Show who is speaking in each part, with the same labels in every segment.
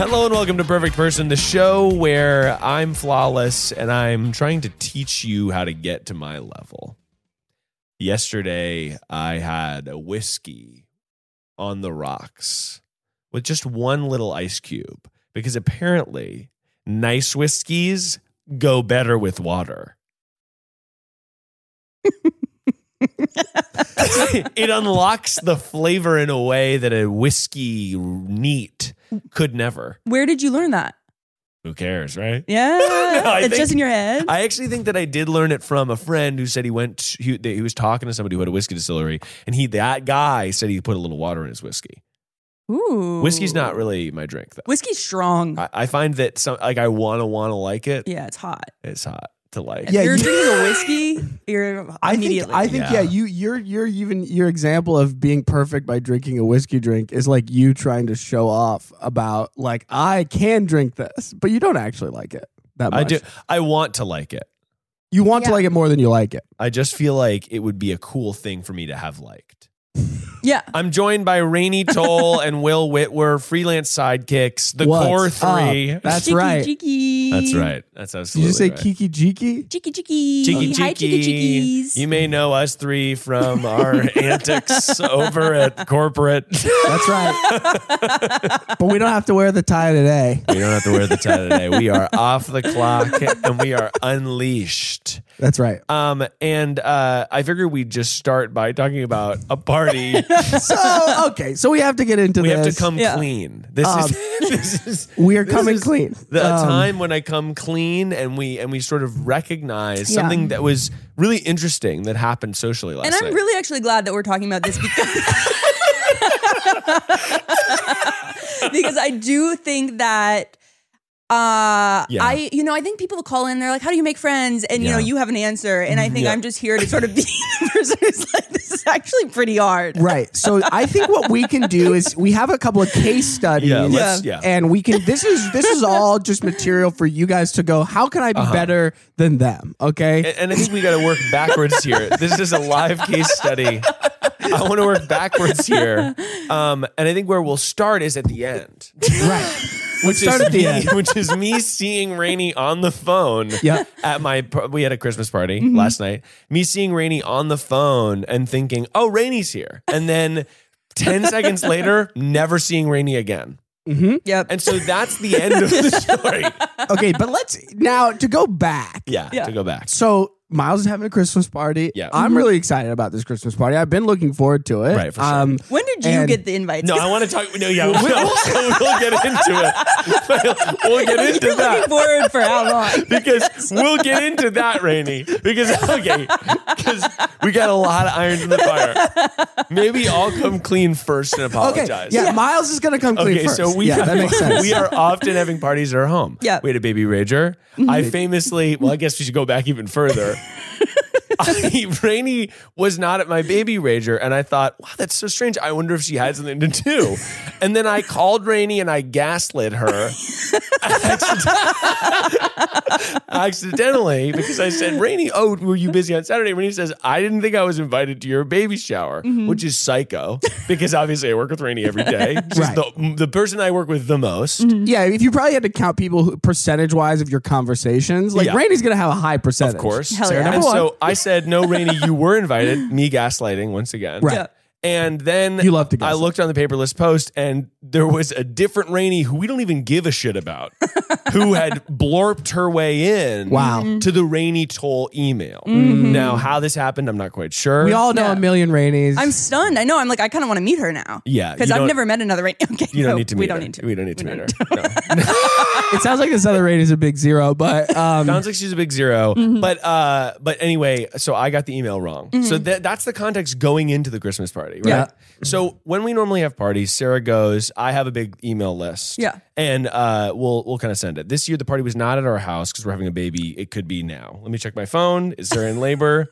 Speaker 1: Hello and welcome to Perfect Person, the show where I'm flawless and I'm trying to teach you how to get to my level. Yesterday, I had a whiskey on the rocks with just one little ice cube because apparently, nice whiskeys go better with water. it unlocks the flavor in a way that a whiskey neat could never.
Speaker 2: Where did you learn that?
Speaker 1: Who cares, right?
Speaker 2: Yeah,
Speaker 1: I
Speaker 2: it's
Speaker 1: think-
Speaker 2: just in your head.
Speaker 1: I actually think that I did learn it from a friend who said he went. He, that he was talking to somebody who had a whiskey distillery, and he that guy said he put a little water in his whiskey.
Speaker 2: Ooh,
Speaker 1: Whiskey's not really my drink though.
Speaker 2: whiskey's strong.
Speaker 1: I, I find that some like I wanna wanna like it.
Speaker 2: yeah, it's hot.
Speaker 1: It's hot to like.
Speaker 2: If
Speaker 3: Yeah,
Speaker 2: you're
Speaker 3: you-
Speaker 2: drinking a whiskey. You're
Speaker 3: I think,
Speaker 2: immediately.
Speaker 3: I think yeah.
Speaker 1: Yeah.
Speaker 3: you your your even your example of being perfect by drinking a whiskey drink is like you trying to show off about like I can drink this, but you don't actually like it that much.
Speaker 1: I do. I want to like it.
Speaker 3: You want to like it more than you like it.
Speaker 1: I just feel like it would be a cool thing for me to have liked.
Speaker 2: yeah,
Speaker 1: I'm joined by Rainey Toll and Will Whitwer, freelance sidekicks, the
Speaker 3: What's
Speaker 1: core three.
Speaker 3: up? That's
Speaker 2: Cheeky,
Speaker 3: right.
Speaker 2: Cheeky.
Speaker 1: That's right. That's
Speaker 3: Did
Speaker 1: absolutely.
Speaker 3: you say
Speaker 1: right.
Speaker 3: Kiki Jiki?
Speaker 2: Cheeky, cheeky.
Speaker 1: Cheeky
Speaker 2: Hi, cheeky,
Speaker 1: cheeky.
Speaker 2: cheekies.
Speaker 1: You may know us three from our antics over at corporate.
Speaker 3: That's right. but we don't have to wear the tie today.
Speaker 1: We don't have to wear the tie today. We are off the clock and we are unleashed.
Speaker 3: That's right.
Speaker 1: Um, and uh, I figured we'd just start by talking about a party.
Speaker 3: So okay, so we have to get into
Speaker 1: we
Speaker 3: this.
Speaker 1: have to come
Speaker 2: Yeah. Um,
Speaker 1: clean. This is this is
Speaker 3: We are
Speaker 1: this
Speaker 3: coming
Speaker 1: is
Speaker 3: clean.
Speaker 1: The
Speaker 3: Um,
Speaker 1: time when I come clean and we and we sort of recognize
Speaker 2: Yeah.
Speaker 1: something that was really interesting that happened socially last
Speaker 2: And I'm
Speaker 1: night.
Speaker 2: really actually glad that we're talking about this because because I do think that uh
Speaker 1: Yeah.
Speaker 2: I you know I think people call in they're like how do you make friends and you know
Speaker 1: Yeah.
Speaker 2: you have an answer and I think
Speaker 1: Yeah.
Speaker 2: I'm just here to sort of be the person who's like this is actually pretty hard.
Speaker 3: Right. So I think what we can do is we have a couple of case studies.
Speaker 1: Yeah, let's- Yeah. yeah.
Speaker 3: And we can this is this is all just material for you guys to go, how can I
Speaker 1: Uh-huh.
Speaker 3: be better than them? Okay.
Speaker 1: And- and I think we got to work backwards here. This is a live case study. I want to work backwards here, um, and I think where we'll start is at the end,
Speaker 3: right.
Speaker 1: which is
Speaker 3: start at the
Speaker 1: me,
Speaker 3: end.
Speaker 1: which is me seeing Rainey on the phone.
Speaker 3: Yeah. Mm-hmm.
Speaker 1: At my, par- we had a Christmas party last night. Me seeing Rainey on the phone and thinking, "Oh, Rainey's here," and then ten seconds later, never seeing Rainey again.
Speaker 2: Yep.
Speaker 1: And so that's the end of the story.
Speaker 3: Okay, but let's now to go back.
Speaker 1: Yeah,
Speaker 2: Yeah.
Speaker 1: to go back.
Speaker 3: So Miles is having a Christmas party.
Speaker 1: Yeah.
Speaker 3: I'm really excited about this Christmas party. I've been looking forward to it. Um,
Speaker 1: Right, for sure.
Speaker 2: when did you
Speaker 3: and-
Speaker 2: get the invites?
Speaker 1: No, I want to talk. No, yeah, we'll, we'll, get into it. We'll get into
Speaker 2: You're looking
Speaker 1: that
Speaker 2: forward for how long?
Speaker 1: because we'll get into that, Rainey. Because okay, because we got a lot of irons in the fire. Maybe I'll come clean first and
Speaker 3: Okay.
Speaker 1: apologize.
Speaker 3: Yeah, Miles is gonna come clean
Speaker 1: Okay,
Speaker 3: first.
Speaker 1: so we
Speaker 3: yeah, that makes sense.
Speaker 1: we are often having parties at our home.
Speaker 2: Yeah.
Speaker 1: we had a baby rager.
Speaker 3: Mm-hmm.
Speaker 1: I famously, well, I guess we should go back even further. I, Rainey was not at my baby rager, and I thought, wow, that's so strange. I wonder if she had something to do. And then I called Rainey and I gaslit her Accident- accidentally because I said, Rainey, oh, were you busy on Saturday? Rainey says, I didn't think I was invited to your baby shower,
Speaker 3: Mm-hmm.
Speaker 1: which is psycho because obviously I work with Rainey every day. She's
Speaker 3: Right. Mm-hmm.
Speaker 1: the, the person I work with the most.
Speaker 3: yeah, if you probably had to count people percentage wise of your conversations, like
Speaker 1: Yeah.
Speaker 3: Randy's gonna have a high percentage.
Speaker 1: Of course.
Speaker 2: Hell yeah.
Speaker 1: And
Speaker 3: Number one.
Speaker 1: so I said, no, Rainey, you were invited. Me gaslighting once again.
Speaker 3: Right.
Speaker 2: Yeah.
Speaker 1: And then
Speaker 3: You love to
Speaker 1: I
Speaker 3: gaslight.
Speaker 1: looked on the paperless post and there was a different Rainey who we don't even give a shit about who had blorped her way in
Speaker 3: Wow.
Speaker 1: to the Rainey Toll email. Now, how this happened, I'm not quite sure.
Speaker 3: We all know
Speaker 2: Yeah.
Speaker 3: a million Rainies.
Speaker 2: I'm stunned. I know. I'm like, I kind of want to meet her now.
Speaker 1: Yeah,
Speaker 2: Because
Speaker 1: you
Speaker 2: I've
Speaker 1: don't-
Speaker 2: never met another Rainey. Okay.
Speaker 1: you don't
Speaker 2: no,
Speaker 1: need to meet
Speaker 2: We don't
Speaker 1: her.
Speaker 2: need to.
Speaker 1: We don't need to meet her. No.
Speaker 3: it sounds like this other Rainey's a big zero, but um,
Speaker 1: Sounds like she's a big 0
Speaker 2: Mm-hmm.
Speaker 1: But uh, but anyway, so I got the email wrong. So
Speaker 2: Mm-hmm.
Speaker 1: that that's the context going into the Christmas party, right?
Speaker 3: Yeah.
Speaker 1: So when we normally have parties, Sarah goes, I have a big email list.
Speaker 2: Yeah.
Speaker 1: And uh, we'll we'll kind of send it. This year the party was not at our house because we're having a baby. It could be now. Let me check my phone. Is Sarah in labor?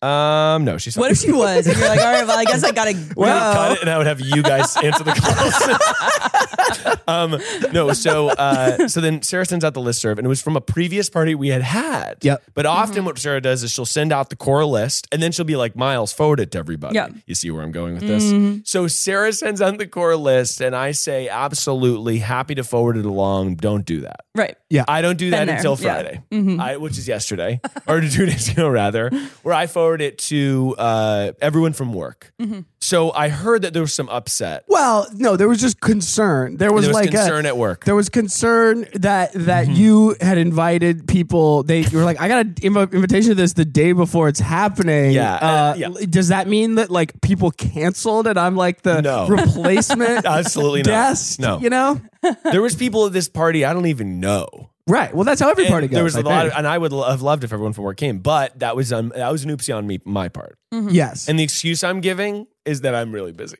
Speaker 1: um, no, she's
Speaker 2: What if she was? And you're like, all right, well, I guess I gotta go.
Speaker 1: we would cut it, and I would have you guys answer the calls. um, no, so uh, so then Sarah sends out the list serve, and it was from a previous party we had had.
Speaker 3: Yep.
Speaker 1: But often what Sarah does is she'll send out the core list, and then she'll be like, "Miles, forward it to everybody."
Speaker 2: Yeah.
Speaker 1: You see where I'm going with this? So Sarah sends out the core list, and I say, "Absolutely, happy to forward it along. Don't do that."
Speaker 2: Right.
Speaker 1: I don't do that
Speaker 2: there.
Speaker 1: until
Speaker 2: Yeah. Mm-hmm.
Speaker 1: Friday, I, which is yesterday or two days ago, rather, where I forward it to uh, everyone from work.
Speaker 2: Mm-hmm.
Speaker 1: So I heard that there was some upset.
Speaker 3: well, no, there was just concern. There was,
Speaker 1: There was
Speaker 3: like
Speaker 1: concern
Speaker 3: a,
Speaker 1: at work. Mm-hmm.
Speaker 3: There was concern that that you had invited people. They you were like, I got an inv- invitation to this the day before it's happening.
Speaker 1: Yeah,
Speaker 3: Uh,
Speaker 1: uh, yeah.
Speaker 3: Does that mean that like people canceled and I'm like the
Speaker 1: No.
Speaker 3: replacement?
Speaker 1: Absolutely not.
Speaker 3: guest.
Speaker 1: No.
Speaker 3: you know.
Speaker 1: There was people at this party I don't even know.
Speaker 3: Right. Well, that's how every
Speaker 1: And
Speaker 3: party goes.
Speaker 1: there was a
Speaker 3: I
Speaker 1: lot, of,
Speaker 3: think.
Speaker 1: and I would lo- have loved if everyone from work came, but that was um, that was an oopsie on me my part.
Speaker 2: Mm.
Speaker 3: yes.
Speaker 1: And the excuse I'm giving is that I'm really busy.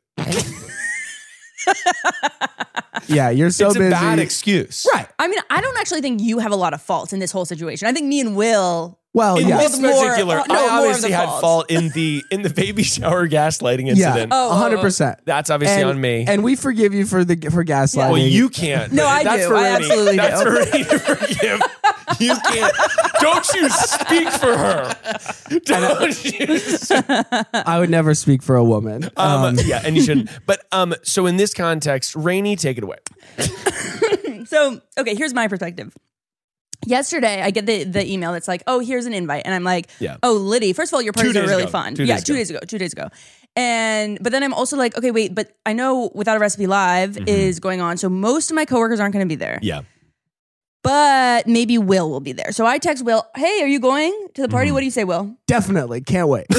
Speaker 3: yeah, you're so
Speaker 1: it's
Speaker 3: busy.
Speaker 1: a bad excuse,
Speaker 3: right.
Speaker 2: I mean, I don't actually think you have a lot of fault in this whole situation. I think me and Will.
Speaker 3: Well,
Speaker 1: In
Speaker 3: yeah.
Speaker 1: this
Speaker 2: Well, more-
Speaker 1: particular,
Speaker 2: uh, no, more of
Speaker 1: I obviously
Speaker 2: the
Speaker 1: had
Speaker 2: fault.
Speaker 1: fault in the in the baby shower gaslighting
Speaker 3: Yeah.
Speaker 1: incident.
Speaker 2: Oh, oh,
Speaker 3: hundred percent.
Speaker 1: That's obviously on me.
Speaker 3: And we forgive you for the for gaslighting.
Speaker 1: Well, you can't.
Speaker 2: No,
Speaker 1: but
Speaker 2: I
Speaker 1: that's
Speaker 2: do.
Speaker 1: For
Speaker 2: I
Speaker 1: Rainey.
Speaker 2: absolutely
Speaker 1: that's
Speaker 2: do.
Speaker 1: for Rainey to forgive. You can't. Don't you speak for her? Don't you?
Speaker 3: I would never speak for a woman.
Speaker 1: Um,
Speaker 3: Um,
Speaker 1: yeah, and you shouldn't. But um, so in this context, Rainey, take it away.
Speaker 2: So, okay, here's my perspective. Yesterday, I get the, the email that's like, oh, here's an invite. And I'm like,
Speaker 1: Yeah.
Speaker 2: oh, Liddy, first of all, your parties are
Speaker 1: days
Speaker 2: really
Speaker 1: ago.
Speaker 2: fun.
Speaker 1: Two
Speaker 2: yeah,
Speaker 1: days
Speaker 2: two
Speaker 1: ago.
Speaker 2: days ago, two days ago. And, but then I'm also like, okay, wait, but I know Without a Recipe Live is going on. So most of my coworkers aren't going to be there.
Speaker 1: Mm-hmm. Yeah.
Speaker 2: But maybe Will will be there. So I text Will, hey, are you going to the
Speaker 1: Mm-hmm.
Speaker 2: party? What do you say, Will?
Speaker 3: definitely can't wait.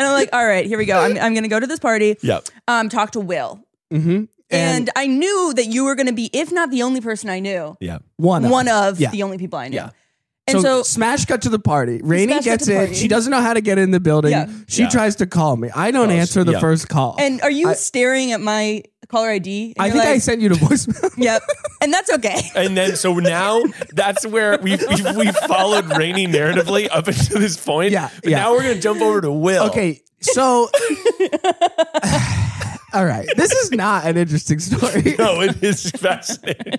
Speaker 2: And I'm like, all right, here we go. I'm, I'm going to go to this party.
Speaker 1: Yep.
Speaker 2: Um, talk to Will.
Speaker 3: hmm
Speaker 2: And, I knew that you were going to be, if not the only person I knew,
Speaker 1: Yeah.
Speaker 3: one,
Speaker 2: one of
Speaker 3: Oh, yeah.
Speaker 2: the only people I knew.
Speaker 1: Yeah.
Speaker 2: And
Speaker 3: so,
Speaker 2: so,
Speaker 3: Smash cut to the party. Rainey
Speaker 2: Smash cut
Speaker 3: gets
Speaker 2: to
Speaker 3: in.
Speaker 2: the party.
Speaker 3: She doesn't know how to get in the building.
Speaker 2: Yeah.
Speaker 3: She
Speaker 1: Yeah.
Speaker 3: tries to call me. I don't
Speaker 1: Calls.
Speaker 3: answer the
Speaker 1: Yeah.
Speaker 3: first call.
Speaker 2: and are you
Speaker 3: I-
Speaker 2: staring at my caller ID? And
Speaker 3: I
Speaker 2: you're
Speaker 3: think I
Speaker 2: like,
Speaker 3: sent you to voicemail.
Speaker 2: Yep. And that's okay.
Speaker 1: And then, so now that's where we've, we've, we've followed Rainey narratively up until this point.
Speaker 3: Yeah,
Speaker 1: But
Speaker 3: yeah.
Speaker 1: now we're going to jump over to Will.
Speaker 3: Okay, so all right, this is not an interesting story,
Speaker 1: No, it is fascinating.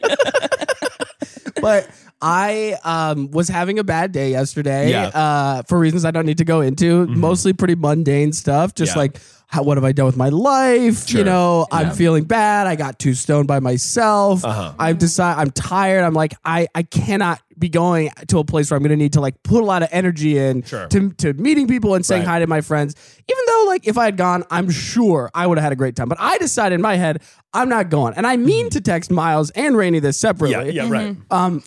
Speaker 3: but I um, was having a bad day yesterday
Speaker 1: Yeah. Mm-hmm.
Speaker 3: uh, for reasons I don't need to go into. Mostly pretty mundane stuff, just
Speaker 1: Yeah.
Speaker 3: like how, what have I done with my life? You
Speaker 1: Sure.
Speaker 3: know, I'm feeling bad. I got too stoned by myself.
Speaker 1: Uh-huh.
Speaker 3: I've decided I'm tired. I'm like I I cannot be going to a place where I'm going to need to like put a lot of energy in
Speaker 1: Sure.
Speaker 3: to to meeting people and saying
Speaker 1: Right.
Speaker 3: hi to my friends. Even though like if I had gone, I'm sure I would have had a great time. But I decided in my head I'm not going, and I mean to text Miles and Rainey this separately.
Speaker 1: Mm-hmm. Yeah, yeah, right.
Speaker 2: Mm-hmm.
Speaker 3: Um,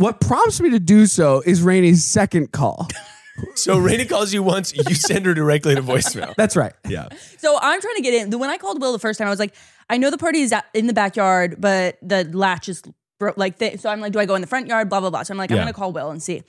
Speaker 3: what prompts me to do so is Rainey's second call.
Speaker 1: So Rainey calls you once, you send her directly to voicemail.
Speaker 3: That's right.
Speaker 1: Yeah.
Speaker 2: So I'm trying to get in. When I called Will the first time, I was like, I know the party is at- in the backyard, but the latch is broke. Like, th- so I'm like, do I go in the front yard? Blah blah blah. So I'm like, I'm
Speaker 1: Yeah. Mm-hmm.
Speaker 2: gonna call Will and see.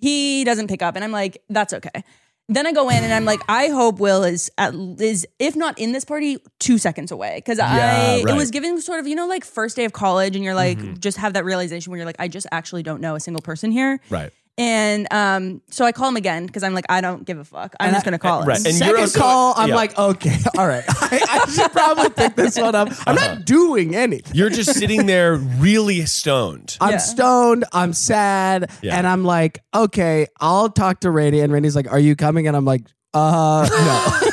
Speaker 2: He doesn't pick up, and I'm like, that's okay. Then I go in and I'm like, I hope Will is at, is if not in this party, two seconds away because
Speaker 1: Yeah,
Speaker 2: I it
Speaker 1: right. Mm-hmm.
Speaker 2: was giving sort of you know like first day of college and you're like just have that realization where you're like I just actually don't know a single person here
Speaker 1: Right.
Speaker 2: and um so I call him again because I'm like I don't give a fuck I'm just gonna call him
Speaker 1: right. And
Speaker 3: Second
Speaker 1: you're also-
Speaker 3: call, I'm
Speaker 1: yeah.
Speaker 3: like, okay, all right. I, I should probably pick this one up. I'm not doing anything.
Speaker 1: Uh-huh. You're just sitting there really stoned.
Speaker 3: I'm
Speaker 2: Yeah.
Speaker 3: stoned. I'm sad,
Speaker 1: Yeah.
Speaker 3: and I'm like, okay, I'll talk to Rainey. And Rainey's like, "Are you coming?" And I'm like, "Uh, no."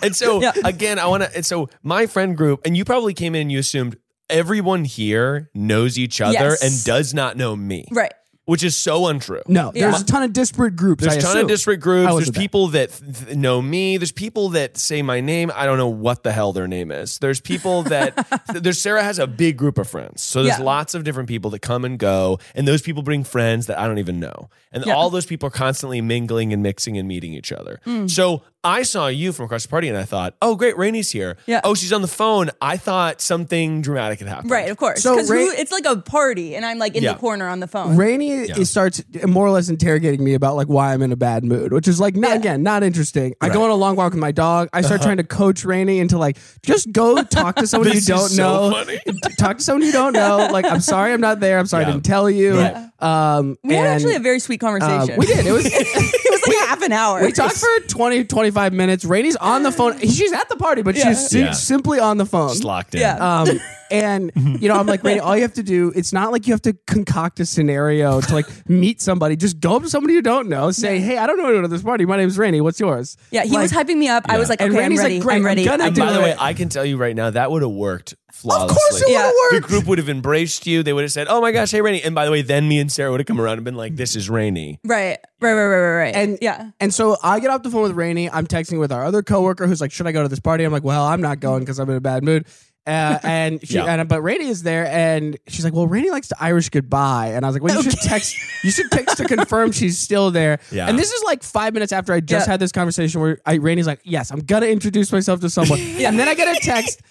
Speaker 1: And so
Speaker 2: Yeah.
Speaker 1: again, I want to. And so my friend group, and you probably came in and you assumed everyone here knows each other
Speaker 2: Yes.
Speaker 1: and does not know me,
Speaker 2: Right.
Speaker 1: Which is so untrue.
Speaker 3: No,
Speaker 2: Yeah.
Speaker 3: there's a ton of disparate groups.
Speaker 1: There's
Speaker 3: I
Speaker 1: a ton
Speaker 3: assume.
Speaker 1: of disparate
Speaker 3: I
Speaker 1: groups.
Speaker 3: was
Speaker 1: There's
Speaker 3: with that.
Speaker 1: people that th- know me. There's people that say my name. I don't know what the hell their name is. There's people that there's Sarah has a big group of friends. So there's
Speaker 2: Yeah.
Speaker 1: lots of different people that come and go, and those people bring friends that I don't even know. And
Speaker 2: Yeah.
Speaker 1: all those people are constantly mingling and mixing and meeting each other.
Speaker 2: Hmm.
Speaker 1: So I saw you from across the party, and I thought, oh great, Rainey's here.
Speaker 2: Yeah.
Speaker 1: Oh, she's on the phone. I thought something dramatic had happened.
Speaker 2: Right, of course.
Speaker 3: So
Speaker 2: Because
Speaker 3: Ray-
Speaker 2: it's like a party, and I'm like in
Speaker 1: Yeah.
Speaker 2: the corner on the phone.
Speaker 3: Rainey it starts more or less interrogating me about like why I'm in a bad mood, which is like not, again not interesting. I go on a long walk with my dog. I start trying to coach Rainey into like just go talk to someone you
Speaker 1: Uh-huh. This
Speaker 3: don't
Speaker 1: is so
Speaker 3: know.
Speaker 1: funny.
Speaker 3: talk to someone you don't know. Like I'm sorry I'm not there. I'm sorry I
Speaker 1: Yeah.
Speaker 3: didn't tell you.
Speaker 1: Right.
Speaker 3: Um,
Speaker 2: we had
Speaker 3: and,
Speaker 2: actually a very sweet
Speaker 3: um,
Speaker 2: conversation.
Speaker 3: we did. It was.
Speaker 2: it was like half an hour.
Speaker 3: We talked for 20, 25 minutes. Rainey's on the phone. She's at the party, but
Speaker 2: Yeah.
Speaker 3: she's si-
Speaker 1: Yeah.
Speaker 3: simply on the phone.
Speaker 1: Just locked in.
Speaker 2: Yeah.
Speaker 3: Um, and you know, I'm like, Randy, all you have to do, it's not like you have to concoct a scenario to like meet somebody. Just go up to somebody you don't know, say, Hey, I don't know anyone at this party. My name's Rainey. What's yours?
Speaker 2: yeah, he was hyping me up. I was like,
Speaker 3: And
Speaker 2: okay, I'm
Speaker 3: Randy's like,
Speaker 2: ready.
Speaker 3: great,
Speaker 2: I'm ready.
Speaker 3: I'm gonna
Speaker 2: I'm
Speaker 3: do
Speaker 1: By the
Speaker 3: it.
Speaker 1: way, I can tell you right now that would have worked
Speaker 3: Of
Speaker 1: flawlessly.
Speaker 3: course it
Speaker 2: Yeah.
Speaker 3: would
Speaker 1: the
Speaker 3: have worked.
Speaker 1: group would have embraced you. They would have said, "Oh my gosh, hey Rainy!" And by the way, then me and Sarah would have come around and been like, "This is Rainy."
Speaker 2: Right, right, right, right, right, right.
Speaker 3: And
Speaker 2: yeah,
Speaker 3: And so I get off the phone with Rainey. I'm texting with our other coworker who's like, "Should I go to this party?" I'm like, "Well, I'm not going because I'm in a bad mood." Uh, and she,
Speaker 1: Yeah.
Speaker 3: and but Rainey is there, and she's like, "Well, Rainey likes to Irish goodbye," and I was like, "Well, you should text. You should text to confirm she's still there."
Speaker 1: Yeah.
Speaker 3: And this is like five minutes after I just
Speaker 2: Yeah.
Speaker 3: had this conversation where I, Rainey's like, "Yes, I'm gonna introduce myself to someone," and then I get a text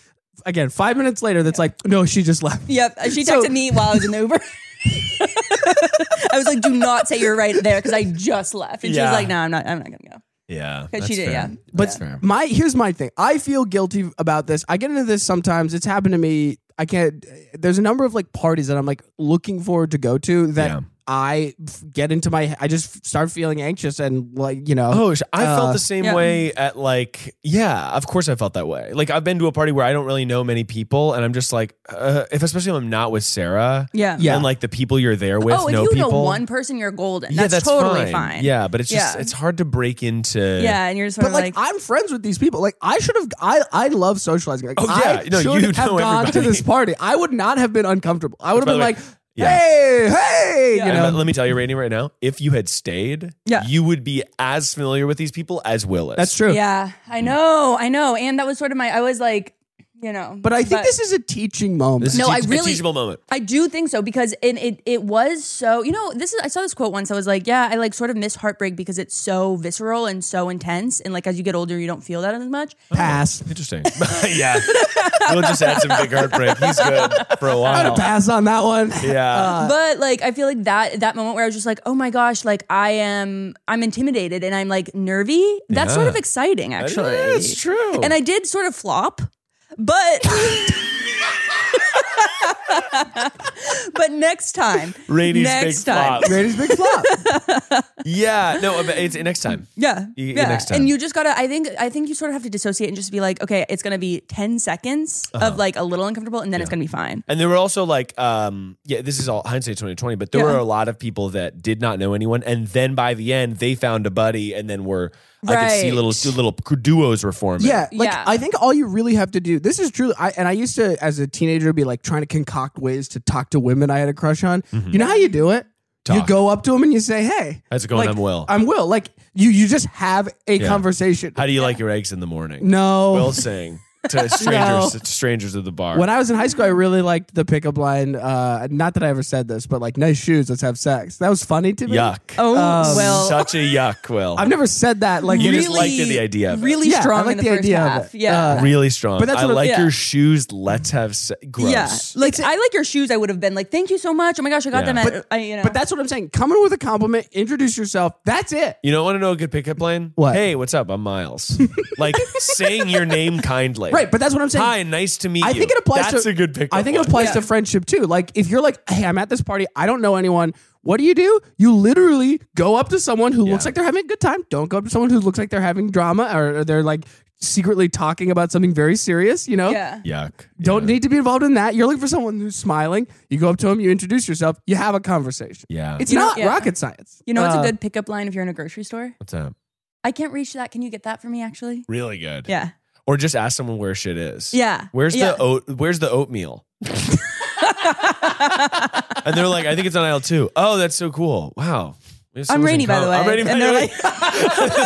Speaker 3: again five minutes later that's like, "No, she just left."
Speaker 2: yep. She
Speaker 3: So-
Speaker 2: texted me while I was in the Uber. I was like, do not say you're right there because I just left, and she
Speaker 1: Yeah.
Speaker 2: was like, no, I'm not. I'm not gonna go.
Speaker 1: Yeah,
Speaker 2: Because she did, yeah.
Speaker 3: But my here's my thing. I feel guilty about this. I get into this sometimes. It's happened to me. I can't. There's a number of like parties that I'm like looking forward to go to that
Speaker 1: Yeah.
Speaker 3: I f- get into my. I just start feeling anxious and like you know.
Speaker 1: Oh, sh- I
Speaker 3: Uh,
Speaker 1: felt the same
Speaker 2: yeah.
Speaker 1: way at like, yeah, of course I felt that way. Like I've been to a party where I don't really know many people, and I'm just like, uh, if especially if I'm not with Sarah,
Speaker 2: Yeah.
Speaker 3: Yeah.
Speaker 1: and like the people you're there with,
Speaker 2: oh, if
Speaker 1: know
Speaker 2: you
Speaker 1: people.
Speaker 2: know one person, you're golden.
Speaker 1: yeah,
Speaker 2: That's,
Speaker 1: that's fine.
Speaker 2: totally fine.
Speaker 1: Yeah, but it's just
Speaker 2: Yeah.
Speaker 1: it's hard to break into.
Speaker 2: yeah, and you're just sort
Speaker 3: But
Speaker 2: of
Speaker 3: like,
Speaker 2: like,
Speaker 3: I'm friends with these people. Like I should have. I I love socializing. Like,
Speaker 1: Oh, yeah.
Speaker 3: I
Speaker 1: No,
Speaker 3: should
Speaker 1: you
Speaker 3: have
Speaker 1: know
Speaker 3: gone to
Speaker 1: everybody.
Speaker 3: this party. I would not have been uncomfortable. I would have
Speaker 1: By
Speaker 3: been
Speaker 1: the way,
Speaker 3: like,
Speaker 1: yeah.
Speaker 3: hey, hey, you
Speaker 1: And
Speaker 3: know.
Speaker 1: let- let me tell you, Rainy, right now, if you had stayed,
Speaker 2: Yeah.
Speaker 1: you would be as familiar with these people as Willis.
Speaker 3: That's true.
Speaker 2: yeah, I know, I know. And that was sort of my. I was like, you know,
Speaker 3: But I think this is a teaching moment.
Speaker 1: This is
Speaker 2: No,
Speaker 1: a
Speaker 2: I
Speaker 1: teach- a
Speaker 2: really-
Speaker 1: teachable moment.
Speaker 2: I do think so because it, it it was so you know this is I saw this quote once I was like yeah I like sort of miss heartbreak because it's so visceral and so intense and like as you get older you don't feel that as much
Speaker 3: pass.
Speaker 1: Interesting. yeah. We'll just add some big heartbreak. He's good for a
Speaker 3: I'm
Speaker 1: while.
Speaker 3: gonna pass on that one.
Speaker 1: Yeah.
Speaker 2: but like I feel like that that moment where I was just like oh my gosh like I am I'm intimidated and I'm like nervy that's sort
Speaker 1: Yeah.
Speaker 2: of exciting actually
Speaker 1: That's true.
Speaker 2: and I did sort of flop but but next time
Speaker 1: Rainy's
Speaker 2: next
Speaker 1: big
Speaker 2: time
Speaker 1: flop.
Speaker 3: Rainey's big flop.
Speaker 1: Yeah. No, but it's next time.
Speaker 2: Yeah.
Speaker 1: You- you
Speaker 2: yeah.
Speaker 1: next time.
Speaker 2: And you just gotta I think I think you sort of have to dissociate and just be like, okay, it's gonna be ten seconds
Speaker 1: Uh-huh.
Speaker 2: of like a little uncomfortable and then it's gonna be fine.
Speaker 1: And there were also like, um, yeah, this is all hindsight 2020, but there
Speaker 2: Yeah.
Speaker 1: were a lot of people that did not know anyone. And then by the end, they found a buddy and then were, I could see
Speaker 2: Right.
Speaker 1: little little duos were forming.
Speaker 3: Yeah, like
Speaker 2: Yeah.
Speaker 3: I think all you really have to do. This is true. I and I used to, as a teenager, be like trying to concoct ways to talk to women I had a crush on. You know how you do it? You
Speaker 1: Mm-hmm. Talk.
Speaker 3: go up to them and you say, "Hey,
Speaker 1: How's it going? I'm
Speaker 3: Like,
Speaker 1: Will.
Speaker 3: I'm Will." Like you, you just have a conversation.
Speaker 1: How do you like your eggs in the morning?
Speaker 3: no,
Speaker 1: Will saying to strangers, to strangers at the bar.
Speaker 3: Oh. when I was in high school, I really liked the pickup line. Uh, not that I ever said this, but like, "Nice shoes, let's have sex." That was funny to me.
Speaker 1: yuck.
Speaker 2: Oh well
Speaker 1: Such a yuck, Will.
Speaker 3: um, I've never said that. Like,
Speaker 1: You
Speaker 3: really-
Speaker 1: Um, just liked the idea of it.
Speaker 2: Really
Speaker 3: Yeah, I
Speaker 2: strong
Speaker 3: like
Speaker 2: in the,
Speaker 3: the
Speaker 2: first
Speaker 3: idea of
Speaker 2: half.
Speaker 3: it.
Speaker 2: Yeah.
Speaker 3: Uh,
Speaker 1: really strong.
Speaker 3: But that's
Speaker 1: I
Speaker 3: what I'm-
Speaker 1: like
Speaker 2: yeah.
Speaker 1: your shoes. Let's have se- gross.
Speaker 2: yeah. Like I like your shoes, I would have been like, Thank you so much. Oh my gosh, I
Speaker 1: Yeah.
Speaker 2: got them at
Speaker 3: But-
Speaker 2: I, you know
Speaker 3: but that's what I'm saying. Come in with a compliment, introduce yourself. That's it.
Speaker 1: You don't want to know a good pickup line?
Speaker 3: What?
Speaker 1: Hey, what's up? I'm Miles. like saying your name kindly.
Speaker 3: Right, but that's what I'm saying.
Speaker 1: Hi, nice to meet
Speaker 3: I
Speaker 1: you.
Speaker 3: think it applies
Speaker 1: That's
Speaker 3: to
Speaker 1: a good pickup.
Speaker 3: I think it
Speaker 1: line.
Speaker 3: applies to friendship too. Like if you're like, hey, I'm at this party, I don't know anyone. What do you do? You literally go up to someone who looks like they're having a good time. Don't go up to someone who looks like they're having drama or, or they're like secretly talking about something very serious. You know,
Speaker 2: Yeah.
Speaker 1: Yuck.
Speaker 3: don't
Speaker 1: yeah.
Speaker 3: need to be involved in that. You're looking for someone who's smiling. You go up to them, you introduce yourself, you have a conversation.
Speaker 1: Yeah.
Speaker 3: It's
Speaker 2: You know-
Speaker 3: not
Speaker 2: yeah.
Speaker 3: rocket science.
Speaker 2: You know what's
Speaker 3: Uh,
Speaker 2: a good pickup line if you're in a grocery store?
Speaker 1: what's up?
Speaker 2: I can't reach that. Can you get that for me actually?
Speaker 1: Really good.
Speaker 2: Yeah.
Speaker 1: Or just ask someone where shit is.
Speaker 2: Yeah.
Speaker 1: Where's
Speaker 2: Yeah.
Speaker 1: the oat? Where's the oatmeal? and they're like, I think it's on aisle two. Oh, that's so cool. Wow. We have so
Speaker 2: I'm
Speaker 1: much in
Speaker 2: Rainey, by the
Speaker 1: common.
Speaker 2: way.
Speaker 1: I'm Rainey, by
Speaker 2: And
Speaker 1: the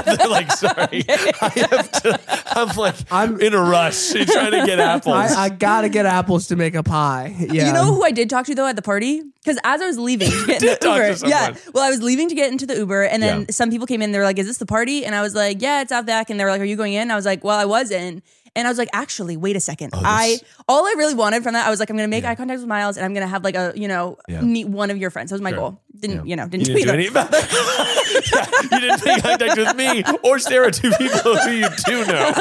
Speaker 2: they're
Speaker 1: way. they're like, sorry. I have to, I'm like, I'm
Speaker 3: I'm-
Speaker 1: in a rush trying to get apples.
Speaker 3: I, I gotta get apples to make a pie. Yeah.
Speaker 2: You know who I did talk to though at the party? Because as I was leaving to get
Speaker 1: did
Speaker 2: into
Speaker 1: talk
Speaker 2: the
Speaker 1: to
Speaker 2: Uber, yeah.
Speaker 1: someone.
Speaker 2: Well, I was leaving to get into the Uber, and then
Speaker 1: Yeah.
Speaker 2: some people came in. They were like, "Is this the party?" And I was like, "Yeah, it's out back." And they were like, "Are you going in?" And I was like, "Well, I was in." And I was like, "Actually, wait a
Speaker 1: Oh,
Speaker 2: second. I all I really wanted from that, I was like, I'm gonna make eye contact with Miles, and I'm gonna have like a you know
Speaker 1: Yeah.
Speaker 2: meet one of your friends. That was my goal. Didn't you know? Didn't,
Speaker 1: you didn't do
Speaker 2: either.
Speaker 1: any about it. yeah, you didn't make contact with me or Sarah, two people who you do know.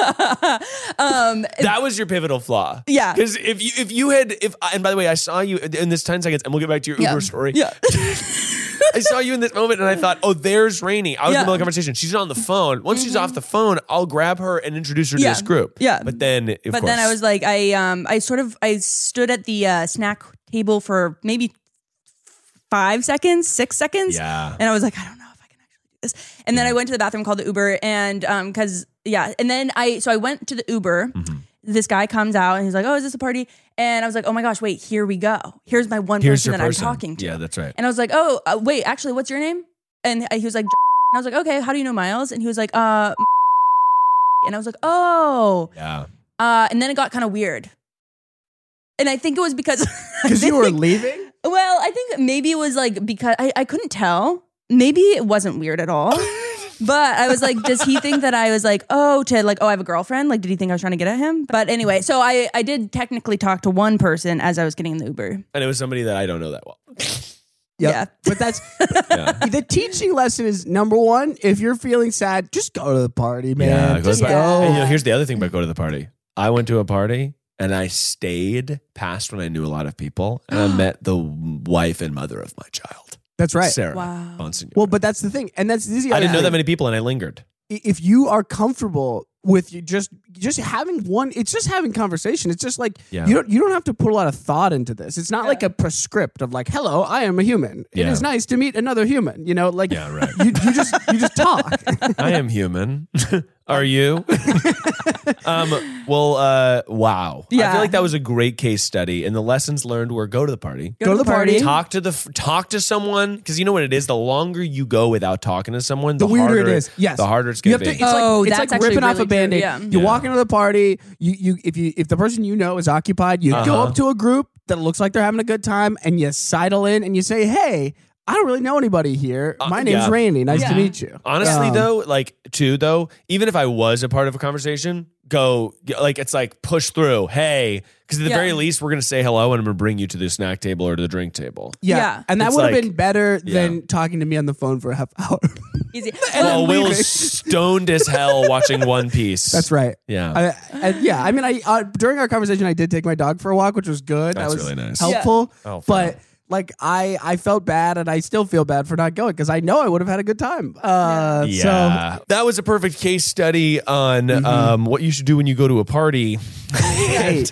Speaker 1: that was your pivotal flaw.
Speaker 2: Um, Yeah.
Speaker 1: because if you if you had if I, and by the way, I saw you in this ten seconds, and we'll get back to your
Speaker 2: Yeah.
Speaker 1: Uber story.
Speaker 2: Yeah.
Speaker 1: I saw you in this moment, and I thought, oh, there's Rainey. I was in
Speaker 2: Yeah.
Speaker 1: the
Speaker 2: Mm-hmm.
Speaker 1: middle of a conversation. She's on the phone. Once she's off the phone, I'll grab her and introduce her to
Speaker 2: Yeah.
Speaker 1: this group.
Speaker 2: Yeah.
Speaker 1: but then, of
Speaker 2: but then I
Speaker 1: course.
Speaker 2: was like, I um, I sort of I stood at the uh, snack table for maybe five seconds, six seconds,
Speaker 1: yeah.
Speaker 2: and I was like, I don't know if I can actually do this. And then I went to the bathroom, called the Uber, and um, because yeah, and then I so I went to the Uber.
Speaker 1: Mm-hmm.
Speaker 2: This guy comes out and he's like, "Oh, is this a party?" And I was like, "Oh my gosh, wait, here we go. Here's my one
Speaker 1: Here's
Speaker 2: person
Speaker 1: your
Speaker 2: that
Speaker 1: person.
Speaker 2: I'm talking to."
Speaker 1: Yeah, that's right.
Speaker 2: And I was like, "Oh, uh, wait, actually, what's your name?" And he was like, and "I was like, okay, how do you know Miles?" And he was like, "Uh," and I was like, "Oh."
Speaker 1: Yeah,
Speaker 2: Uh, and then it got kind of weird. And I think it was because I
Speaker 3: Because you were
Speaker 2: think-
Speaker 3: leaving.
Speaker 2: Well, I think maybe it was like because I, I couldn't tell. Maybe it wasn't weird at all. but I was like, does he think that I was like, oh, to like, oh, I have a girlfriend? Like, did he think I was trying to get at him? But anyway, so I, I did technically talk to one person as I was getting in the Uber.
Speaker 1: and it was somebody that I don't know that well.
Speaker 2: Yeah.
Speaker 3: But that's
Speaker 1: Yeah.
Speaker 3: the teaching lesson is number one. If you're feeling sad, just go to the party, man.
Speaker 1: Yeah, go to
Speaker 3: just
Speaker 1: the party.
Speaker 3: go.
Speaker 1: And, you know, here's the other thing about go to the party. I went to a party and I stayed past when I knew a lot of people, and I met the wife and mother of my child,
Speaker 3: That's right.
Speaker 1: Sarah
Speaker 2: Wow.
Speaker 1: Bonsignor.
Speaker 3: Well, but that's the thing, and that's this is
Speaker 1: I
Speaker 3: the other
Speaker 1: didn't know
Speaker 3: thing.
Speaker 1: that many people, and I lingered.
Speaker 3: i- if you are comfortable with you just just having one it's just having conversation it's just like
Speaker 1: Yeah.
Speaker 3: you don't you don't have to put a lot of thought into this it's not
Speaker 2: Yeah.
Speaker 3: like a prescript of like hello i am a human
Speaker 1: Yeah.
Speaker 3: it is nice to meet another human you know like
Speaker 1: Yeah, right.
Speaker 3: you, you just you just talk
Speaker 1: I am human. Are you? um, well, uh, wow. I
Speaker 2: Yeah.
Speaker 1: feel like that was a great case study, and the lessons learned were go to the party.
Speaker 3: Go to the party.
Speaker 1: Talk to the f- talk to someone because you know what it is. The longer you go without talking to someone, the,
Speaker 3: the weirder
Speaker 1: harder
Speaker 3: it is yes
Speaker 1: the harder it's
Speaker 3: you
Speaker 1: gonna
Speaker 3: have
Speaker 1: be.
Speaker 3: to it's like-
Speaker 2: Oh,
Speaker 3: it's
Speaker 2: that's
Speaker 3: like,
Speaker 2: actually
Speaker 3: ripping
Speaker 2: really
Speaker 3: off a
Speaker 2: true,
Speaker 3: band-aid
Speaker 2: yeah.
Speaker 3: you walk into the party you you if you if the person you know is occupied you go
Speaker 1: Uh-huh.
Speaker 3: up to a group that looks like they're having a good time and you sidle in and you say hey I don't really know anybody here.
Speaker 1: Uh,
Speaker 3: My name's
Speaker 1: yeah. Uh,
Speaker 3: Rainey. Nice
Speaker 2: Yeah.
Speaker 3: to meet you.
Speaker 1: Honestly,
Speaker 3: Um,
Speaker 1: though, like too, though, even if I was a part of a conversation, go like it's like push through. Hey, because at the
Speaker 2: Yeah.
Speaker 1: very least, we're gonna say hello and I'm gonna bring you to the snack table or to the drink table.
Speaker 3: Yeah.
Speaker 2: Yeah.
Speaker 3: And that
Speaker 1: It's
Speaker 3: would have
Speaker 1: like-
Speaker 3: been better
Speaker 1: Yeah.
Speaker 3: than talking to me on the phone for a half hour.
Speaker 2: Easy.
Speaker 1: Well,
Speaker 3: then
Speaker 1: Will's
Speaker 3: leaving.
Speaker 1: stoned as hell watching One Piece.
Speaker 3: That's right.
Speaker 1: Yeah.
Speaker 3: I, I, yeah. I mean, I uh, during our conversation, I did take my dog for a walk, which was good.
Speaker 1: That's
Speaker 3: that was
Speaker 1: really nice.
Speaker 3: helpful.
Speaker 1: Yeah. Helpful.
Speaker 3: But like, I I felt bad, and I still feel bad for not going because I know I would have had a good time. Uh, So
Speaker 1: Yeah. that was a perfect case study on
Speaker 3: Mm-hmm.
Speaker 1: um, what you should do when you go to a party.
Speaker 3: hey,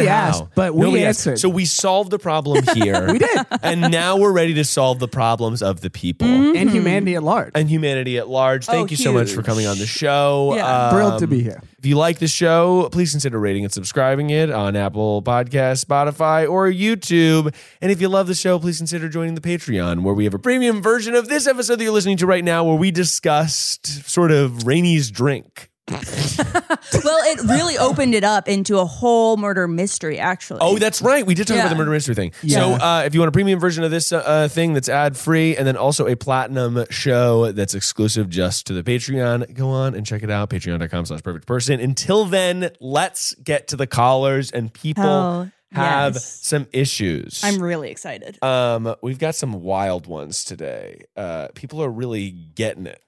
Speaker 1: and how.
Speaker 3: asked, but we
Speaker 1: Nobody asked.
Speaker 3: answered.
Speaker 1: So we solved the problem here. we
Speaker 3: did.
Speaker 1: And now we're ready to solve the problems of the people.
Speaker 3: and humanity at large.
Speaker 1: and humanity at large. Thank you so much for
Speaker 2: Oh, huge.
Speaker 1: coming on the show. Um,
Speaker 2: Yeah.
Speaker 3: Thrilled to be here.
Speaker 1: If you like the show, please consider rating and subscribing it on Apple Podcasts, Spotify, or YouTube. And if you love the show, please consider joining the Patreon, where we have a premium version of this episode that you're listening to right now, where we discussed sort of Rainey's drink.
Speaker 2: well, it really opened it up into a whole murder mystery, actually.
Speaker 1: Oh, that's right. We did talk
Speaker 2: Yeah.
Speaker 1: about the murder mystery thing. So, uh, if you want a premium version of this uh, uh, thing that's ad free, and then also a platinum show that's exclusive just to the Patreon, go on and check it out. Patreon.com/slash Perfect Person. Until then, let's get to the callers and people
Speaker 2: Hell
Speaker 1: have
Speaker 2: yes.
Speaker 1: some issues.
Speaker 2: I'm really excited.
Speaker 1: um, we've got some wild ones today. Uh, people are really getting it.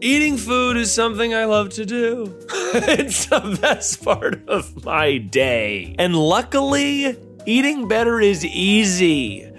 Speaker 1: Eating food is something I love to do. it's the best part of my day. And luckily, eating better is easy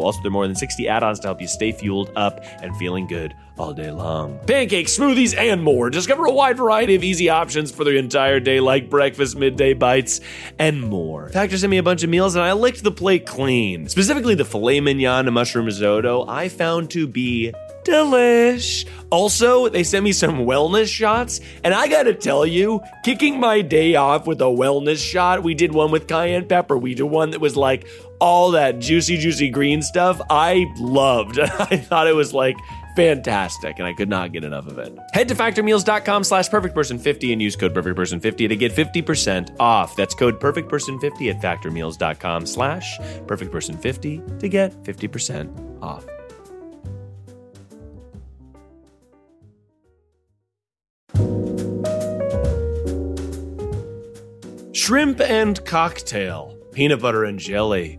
Speaker 1: Also, there are more than 60 add ons to help you stay fueled up and feeling good all day long. Pancakes, smoothies, and more. Discover a wide variety of easy options for the entire day, like breakfast, midday bites, and more. Factor sent me a bunch of meals, and I licked the plate clean. Specifically, the filet mignon and mushroom risotto I found to be delish. Also, they sent me some wellness shots, and I gotta tell you, kicking my day off with a wellness shot, we did one with cayenne pepper, we did one that was like all that juicy, juicy green stuff, I loved. I thought it was like fantastic and i could not get enough of it head to factormeals.com slash perfectperson50 and use code perfectperson50 to get 50% off that's code perfectperson50 at factormeals.com slash perfectperson50 to get 50% off Shrimp and cocktail, peanut butter and jelly.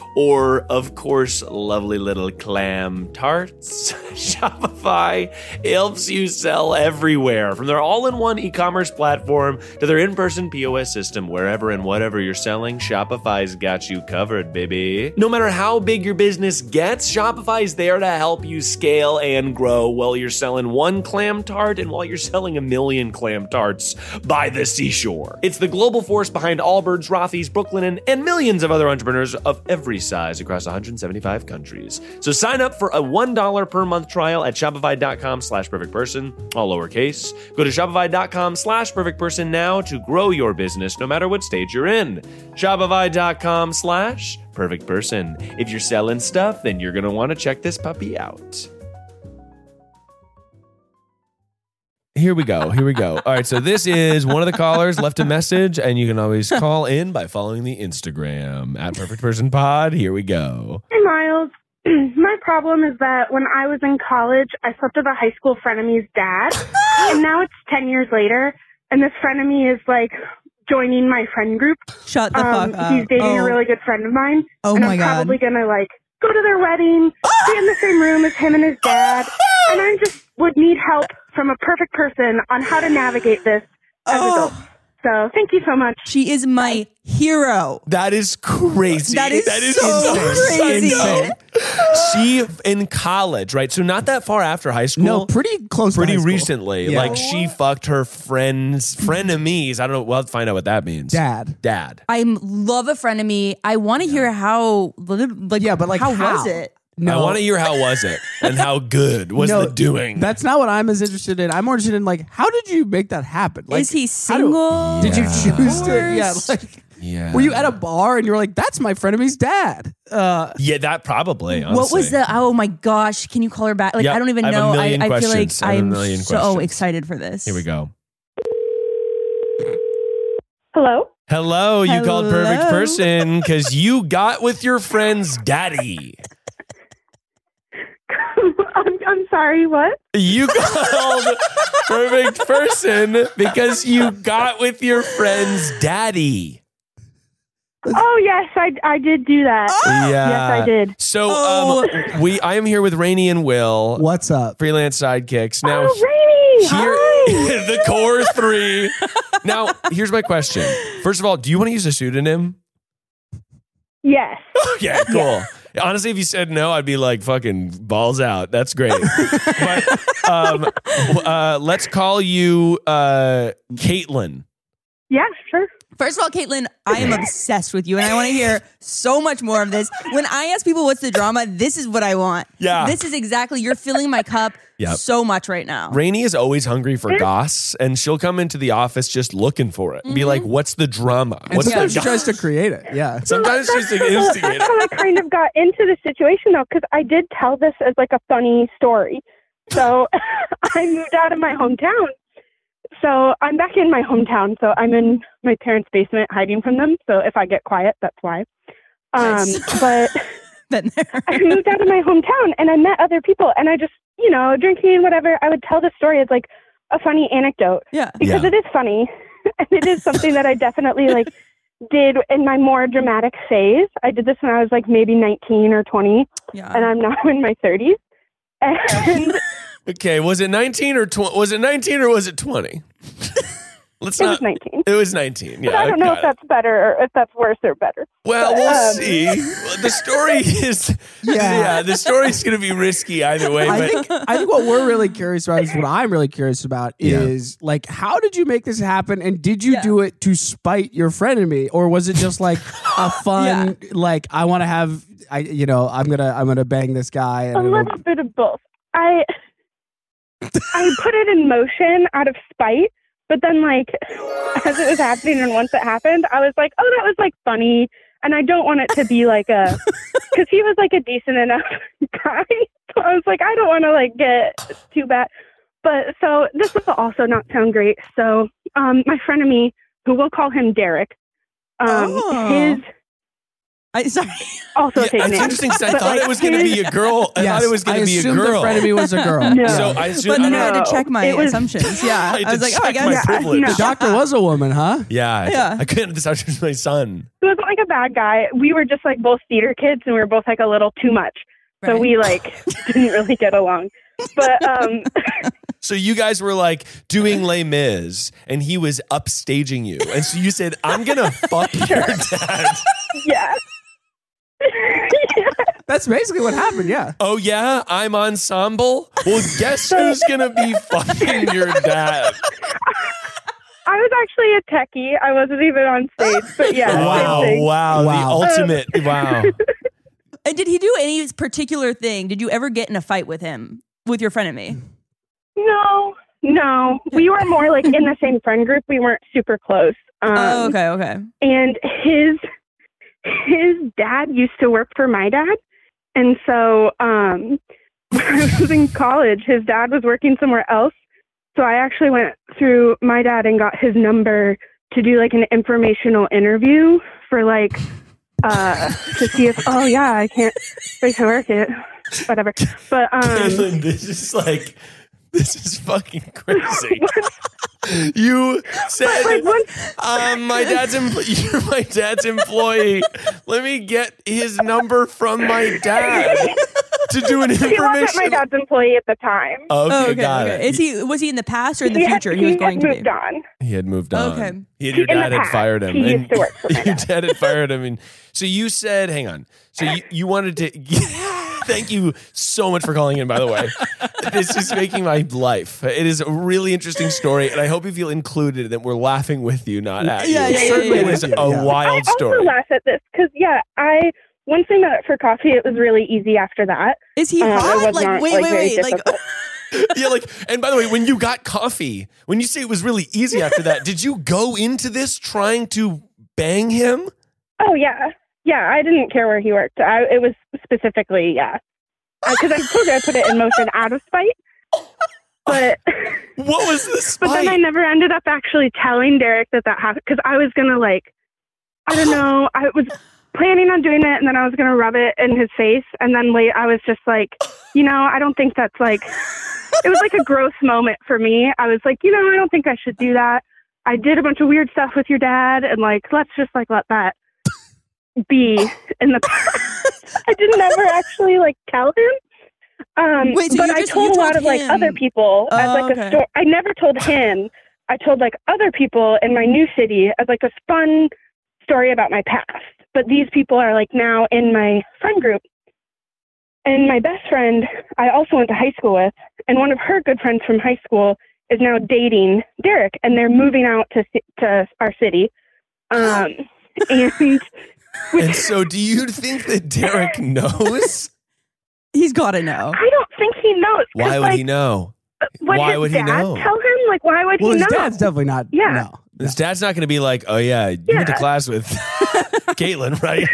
Speaker 1: or, of course, lovely little clam tarts. Shopify helps you sell everywhere, from their all in one e commerce platform to their in person POS system, wherever and whatever you're selling, Shopify's got you covered, baby. No matter how big your business gets, Shopify's there to help you scale and grow while you're selling one clam tart and while you're selling a million clam tarts by the seashore. It's the global force behind Allbirds, Rothy's, Brooklyn, and, and millions of other entrepreneurs of every size across 175 countries. So sign up for a $1 per month trial at Shopify.com slash perfect person, all lowercase. Go to Shopify.com slash perfect person now to grow your business no matter what stage you're in. Shopify.com slash perfect person. If you're selling stuff, then you're going to want to check this puppy out.
Speaker 4: Here we go. Here we go. All right. So this is one of the callers left a message, and you can always call in by following the Instagram at Perfect Person Pod. Here we go.
Speaker 5: Hey, Miles. My problem is that when I was in college, I slept with a high school frenemy's dad. and now it's 10 years later, and this frenemy is like joining my friend group.
Speaker 2: Shut the
Speaker 5: Um,
Speaker 2: fuck up.
Speaker 5: he's dating
Speaker 2: Oh.
Speaker 5: a really good friend of mine.
Speaker 2: Oh
Speaker 5: and
Speaker 2: my
Speaker 5: I'm
Speaker 2: God.
Speaker 5: probably going to like go to their wedding, be in the same room as him and his dad. and I just would need help from a perfect person on how to navigate this as
Speaker 2: Oh.
Speaker 5: adults. So thank you so much.
Speaker 2: She is my hero.
Speaker 4: That is crazy.
Speaker 2: That is so crazy.
Speaker 4: insane. she in college, right? So not that far after high school.
Speaker 3: No, pretty close. to
Speaker 4: pretty
Speaker 3: high school.
Speaker 4: recently.
Speaker 3: Yeah.
Speaker 4: Like she fucked her friends, frenemies. I don't know. We'll have to find out what that means.
Speaker 3: Dad.
Speaker 4: Dad.
Speaker 2: I love a frenemy. I want to hear how, like,
Speaker 3: Yeah, but, like,
Speaker 2: how,
Speaker 3: how?
Speaker 2: was it?
Speaker 3: No,
Speaker 4: I want to hear how was it and how good was
Speaker 3: No,
Speaker 4: the doing.
Speaker 3: That's not what I'm as interested in. I'm more interested in like, how did you make that happen? Like,
Speaker 2: Is he
Speaker 3: how do-
Speaker 2: single?
Speaker 3: Did you choose to? Yeah,
Speaker 2: Divorced?
Speaker 3: like,
Speaker 4: yeah.
Speaker 3: were you at a bar and you were like, "That's my frenemy's dad"? Uh,
Speaker 4: Yeah, that probably. Honestly.
Speaker 2: What was the? Oh my gosh! Can you call her back? Like
Speaker 4: Yep.
Speaker 2: I don't even
Speaker 4: I have a
Speaker 2: know.
Speaker 4: million
Speaker 2: I, I feel like
Speaker 4: questions. I have a
Speaker 2: I'm
Speaker 4: million
Speaker 2: so
Speaker 4: questions.
Speaker 2: excited for this.
Speaker 4: Here we go.
Speaker 5: Hello?
Speaker 4: Hello, you called perfect
Speaker 2: Hello.
Speaker 4: person because you got with your friend's daddy.
Speaker 5: I'm, I'm sorry, what?
Speaker 4: You called perfect person because you got with your friend's daddy.
Speaker 5: Oh, yes, I, I did do that.
Speaker 4: Yeah.
Speaker 5: Yes, I did.
Speaker 4: So
Speaker 2: Oh.
Speaker 4: um, we, I am here with Rainey and Will.
Speaker 3: what's up?
Speaker 4: freelance sidekicks. Now
Speaker 5: oh, Rainy!
Speaker 4: here
Speaker 5: Hi!
Speaker 4: the core three. Now here's my question. First of all, do you want to use a pseudonym?
Speaker 5: Yes.
Speaker 4: Yeah, cool. Honestly, if you said no, I'd be like fucking balls out. That's great. but um, w- uh, let's call you uh, Caitlin.
Speaker 5: Yeah, sure.
Speaker 2: First of all, Caitlin, I am obsessed with you, and I want to hear so much more of this. When I ask people what's the drama, this is what I want.
Speaker 1: Yeah.
Speaker 2: This is exactly, you're filling my cup
Speaker 1: Yep.
Speaker 2: so much right now.
Speaker 1: Rainey is always hungry for goss, and she'll come into the office just looking for it. and Be
Speaker 6: Mm-hmm.
Speaker 1: like, "What's the drama?
Speaker 3: And
Speaker 1: What's the
Speaker 3: sometimes she
Speaker 1: goss?"
Speaker 3: tries to create it. Yeah.
Speaker 1: Sometimes she's an
Speaker 6: That's
Speaker 1: instigator.
Speaker 6: how I kind of got into the situation though, because I did tell this as like a funny story. So I moved out of my hometown. So I'm back in my hometown. So I'm in my parents' basement hiding from them. So if I get quiet, that's why. Um,
Speaker 2: Nice.
Speaker 6: but
Speaker 2: Been there.
Speaker 6: I moved out of my hometown and I met other people and I just, you know, drinking and whatever, I would tell the story as like a funny anecdote
Speaker 2: Yeah.
Speaker 6: because
Speaker 1: Yeah.
Speaker 6: it is funny and it is something that I definitely like did in my more dramatic phase. I did this when I was like maybe 19 or 20
Speaker 2: Yeah.
Speaker 1: Ah.
Speaker 6: and I'm now in my 30s. And
Speaker 1: Okay, was it nineteen or tw- was it nineteen or was it twenty? Let's
Speaker 6: it
Speaker 1: not.
Speaker 6: was 19.
Speaker 1: It was nineteen. Yeah,
Speaker 6: But I don't know
Speaker 1: got
Speaker 6: if
Speaker 1: it.
Speaker 6: that's better or if that's worse or better.
Speaker 1: Well, we'll
Speaker 6: Um,
Speaker 1: see. Well, The story is, yeah,
Speaker 3: Yeah.
Speaker 1: the story's going to be risky either way.
Speaker 3: I
Speaker 1: But
Speaker 3: think I think what we're really curious about is what I'm really curious about
Speaker 1: Yeah.
Speaker 3: is like how did you make this happen and did you
Speaker 2: Yeah.
Speaker 3: do it to spite your frenemy or was it just like a fun like I want to have I you know I'm gonna I'm gonna bang this guy and
Speaker 6: A
Speaker 3: it'll-
Speaker 6: little bit of both. I I put it in motion out of spite, but then like as it was happening and once it happened, I was like, "Oh, that was like funny." And I don't want it to be like a cuz he was like a decent enough guy. So I was like, "I don't want to like get too bad." But so this will also not sound great. So um my friend of me who we'll call him Derek um
Speaker 2: Oh.
Speaker 6: his
Speaker 2: I, sorry.
Speaker 6: also
Speaker 1: yeah,
Speaker 6: his
Speaker 1: it's
Speaker 6: name.
Speaker 1: interesting because I
Speaker 6: But,
Speaker 1: thought
Speaker 6: like,
Speaker 1: it was going to
Speaker 6: his-
Speaker 1: be a girl. I thought
Speaker 3: Yes,
Speaker 1: it was going
Speaker 3: I
Speaker 1: to be a
Speaker 3: assumed the
Speaker 1: girl.
Speaker 3: frenemy was a girl.
Speaker 6: No.
Speaker 1: So I assumed.
Speaker 2: But then I had to
Speaker 6: No,
Speaker 2: check my
Speaker 6: it was-
Speaker 2: assumptions. Yeah.
Speaker 1: I
Speaker 2: I,
Speaker 1: had
Speaker 2: was
Speaker 1: to
Speaker 2: like, oh, I
Speaker 1: check
Speaker 2: guess.
Speaker 1: my
Speaker 6: Yeah, I-
Speaker 1: privilege.
Speaker 3: The doctor was a woman, huh?
Speaker 1: Yeah, I-
Speaker 2: Yeah.
Speaker 1: I couldn't decide if it was my son.
Speaker 6: He wasn't like a bad guy. We were just like both theater kids, and we were both like a little too much. So
Speaker 2: Right.
Speaker 6: we like didn't really get along. But um,
Speaker 1: So you guys were like doing Les Mis, and he was upstaging you, and so you said, "I'm going to fuck your dad."
Speaker 6: yeah.
Speaker 3: That's basically what happened. Yeah.
Speaker 1: Oh yeah, I'm ensemble. Well, guess who's going to be fucking your dad?
Speaker 6: I was actually a techie. I wasn't even on stage, but yeah. same
Speaker 1: Wow,
Speaker 6: thing.
Speaker 1: wow,
Speaker 3: Wow.
Speaker 1: the ultimate. Wow.
Speaker 2: And did he do any particular thing? Did you ever get in a fight with him, with your
Speaker 6: Um,
Speaker 2: frenemy?
Speaker 6: No, no. We were more like in the same friend group. We weren't super close. Um,
Speaker 2: oh, okay, okay.
Speaker 6: and his his dad used to work for my dad and so um when i was in college his dad was working somewhere else so i actually went through my dad and got his number to do like an informational interview for like uh to see if oh yeah i can't wait to work it whatever but um
Speaker 1: Caitlin, this is like this is fucking crazy. you said
Speaker 6: like once
Speaker 1: um, my dad's empl- you're my dad's employee. Let me get his number from my dad to do an
Speaker 6: he wasn't my
Speaker 1: information.
Speaker 6: dad's employee at the time
Speaker 1: Okay,
Speaker 2: Oh, okay,
Speaker 1: got
Speaker 2: okay.
Speaker 1: it.
Speaker 2: Is he was he in the past or in the
Speaker 6: he had,
Speaker 2: future? He was
Speaker 6: had
Speaker 2: going to be.
Speaker 6: moved on
Speaker 1: He had moved on.
Speaker 2: Okay.
Speaker 1: He had, your
Speaker 6: In the
Speaker 1: dad had
Speaker 6: past,
Speaker 1: fired him.
Speaker 6: he
Speaker 1: and
Speaker 6: used to work for my
Speaker 1: your dad had fired him. And so you said, hang on. So you, you wanted to. thank you so much for calling in, by the way. this is making my life. It is a really interesting story. And I hope you feel included that we're laughing with you, not at
Speaker 2: Yeah,
Speaker 1: you.
Speaker 2: yeah, yeah,
Speaker 1: Certainly,
Speaker 2: yeah,
Speaker 1: it is
Speaker 3: yeah.
Speaker 1: a
Speaker 3: Yeah.
Speaker 1: wild
Speaker 6: I also
Speaker 1: story.
Speaker 6: laugh at this because yeah, I once I met up for coffee, it was really easy after that.
Speaker 2: Is he
Speaker 6: Uh, it
Speaker 2: hot?
Speaker 6: was
Speaker 2: Like,
Speaker 6: not,
Speaker 2: wait,
Speaker 6: like,
Speaker 2: wait,
Speaker 6: very
Speaker 2: wait. Like, uh,
Speaker 6: difficult.
Speaker 1: yeah, like, and by the way, when you got coffee, when you say it was really easy after that, did you go into this trying to bang him?
Speaker 6: Oh yeah, yeah. I didn't care where he worked. I, it was specifically yeah, because I told you I put it in motion out of spite. But
Speaker 1: What was this?
Speaker 6: but then I never ended up actually telling Derek that that happened because I was gonna like I don't know I was planning on doing it and then I was gonna rub it in his face and then late I was just like you know I don't think that's like it was like a gross moment for me I was like you know I don't think I should do that I did a bunch of weird stuff with your dad and like let's just like let that be in the past I didn't ever actually like tell him. Um,
Speaker 2: Wait, so
Speaker 6: but
Speaker 2: you
Speaker 6: I
Speaker 2: just- you
Speaker 6: told a lot
Speaker 2: told
Speaker 6: of like
Speaker 2: him.
Speaker 6: other people as
Speaker 2: Oh,
Speaker 6: like
Speaker 2: okay.
Speaker 6: a story. I never told him. I told like other people in my new city as like a fun story about my past. But these people are like now in my friend group. And my best friend, I also went to high school with, and one of her good friends from high school is now dating Derek, and they're moving out to ci- to our city. Um, and
Speaker 1: And so, do you think that Derek knows?
Speaker 2: He's got to know.
Speaker 6: I don't think he knows. 'cause,
Speaker 1: Why would
Speaker 6: like,
Speaker 1: he know?
Speaker 6: Would
Speaker 1: why
Speaker 6: his
Speaker 1: would he
Speaker 6: dad
Speaker 1: know?
Speaker 6: Tell him like why would
Speaker 3: Well,
Speaker 6: he
Speaker 3: his
Speaker 6: know?
Speaker 3: dad's definitely not.
Speaker 6: Yeah.
Speaker 3: No.
Speaker 1: His dad's not going to be like, "Oh yeah, you went to
Speaker 6: Yeah.
Speaker 1: class with Caitlin, right?"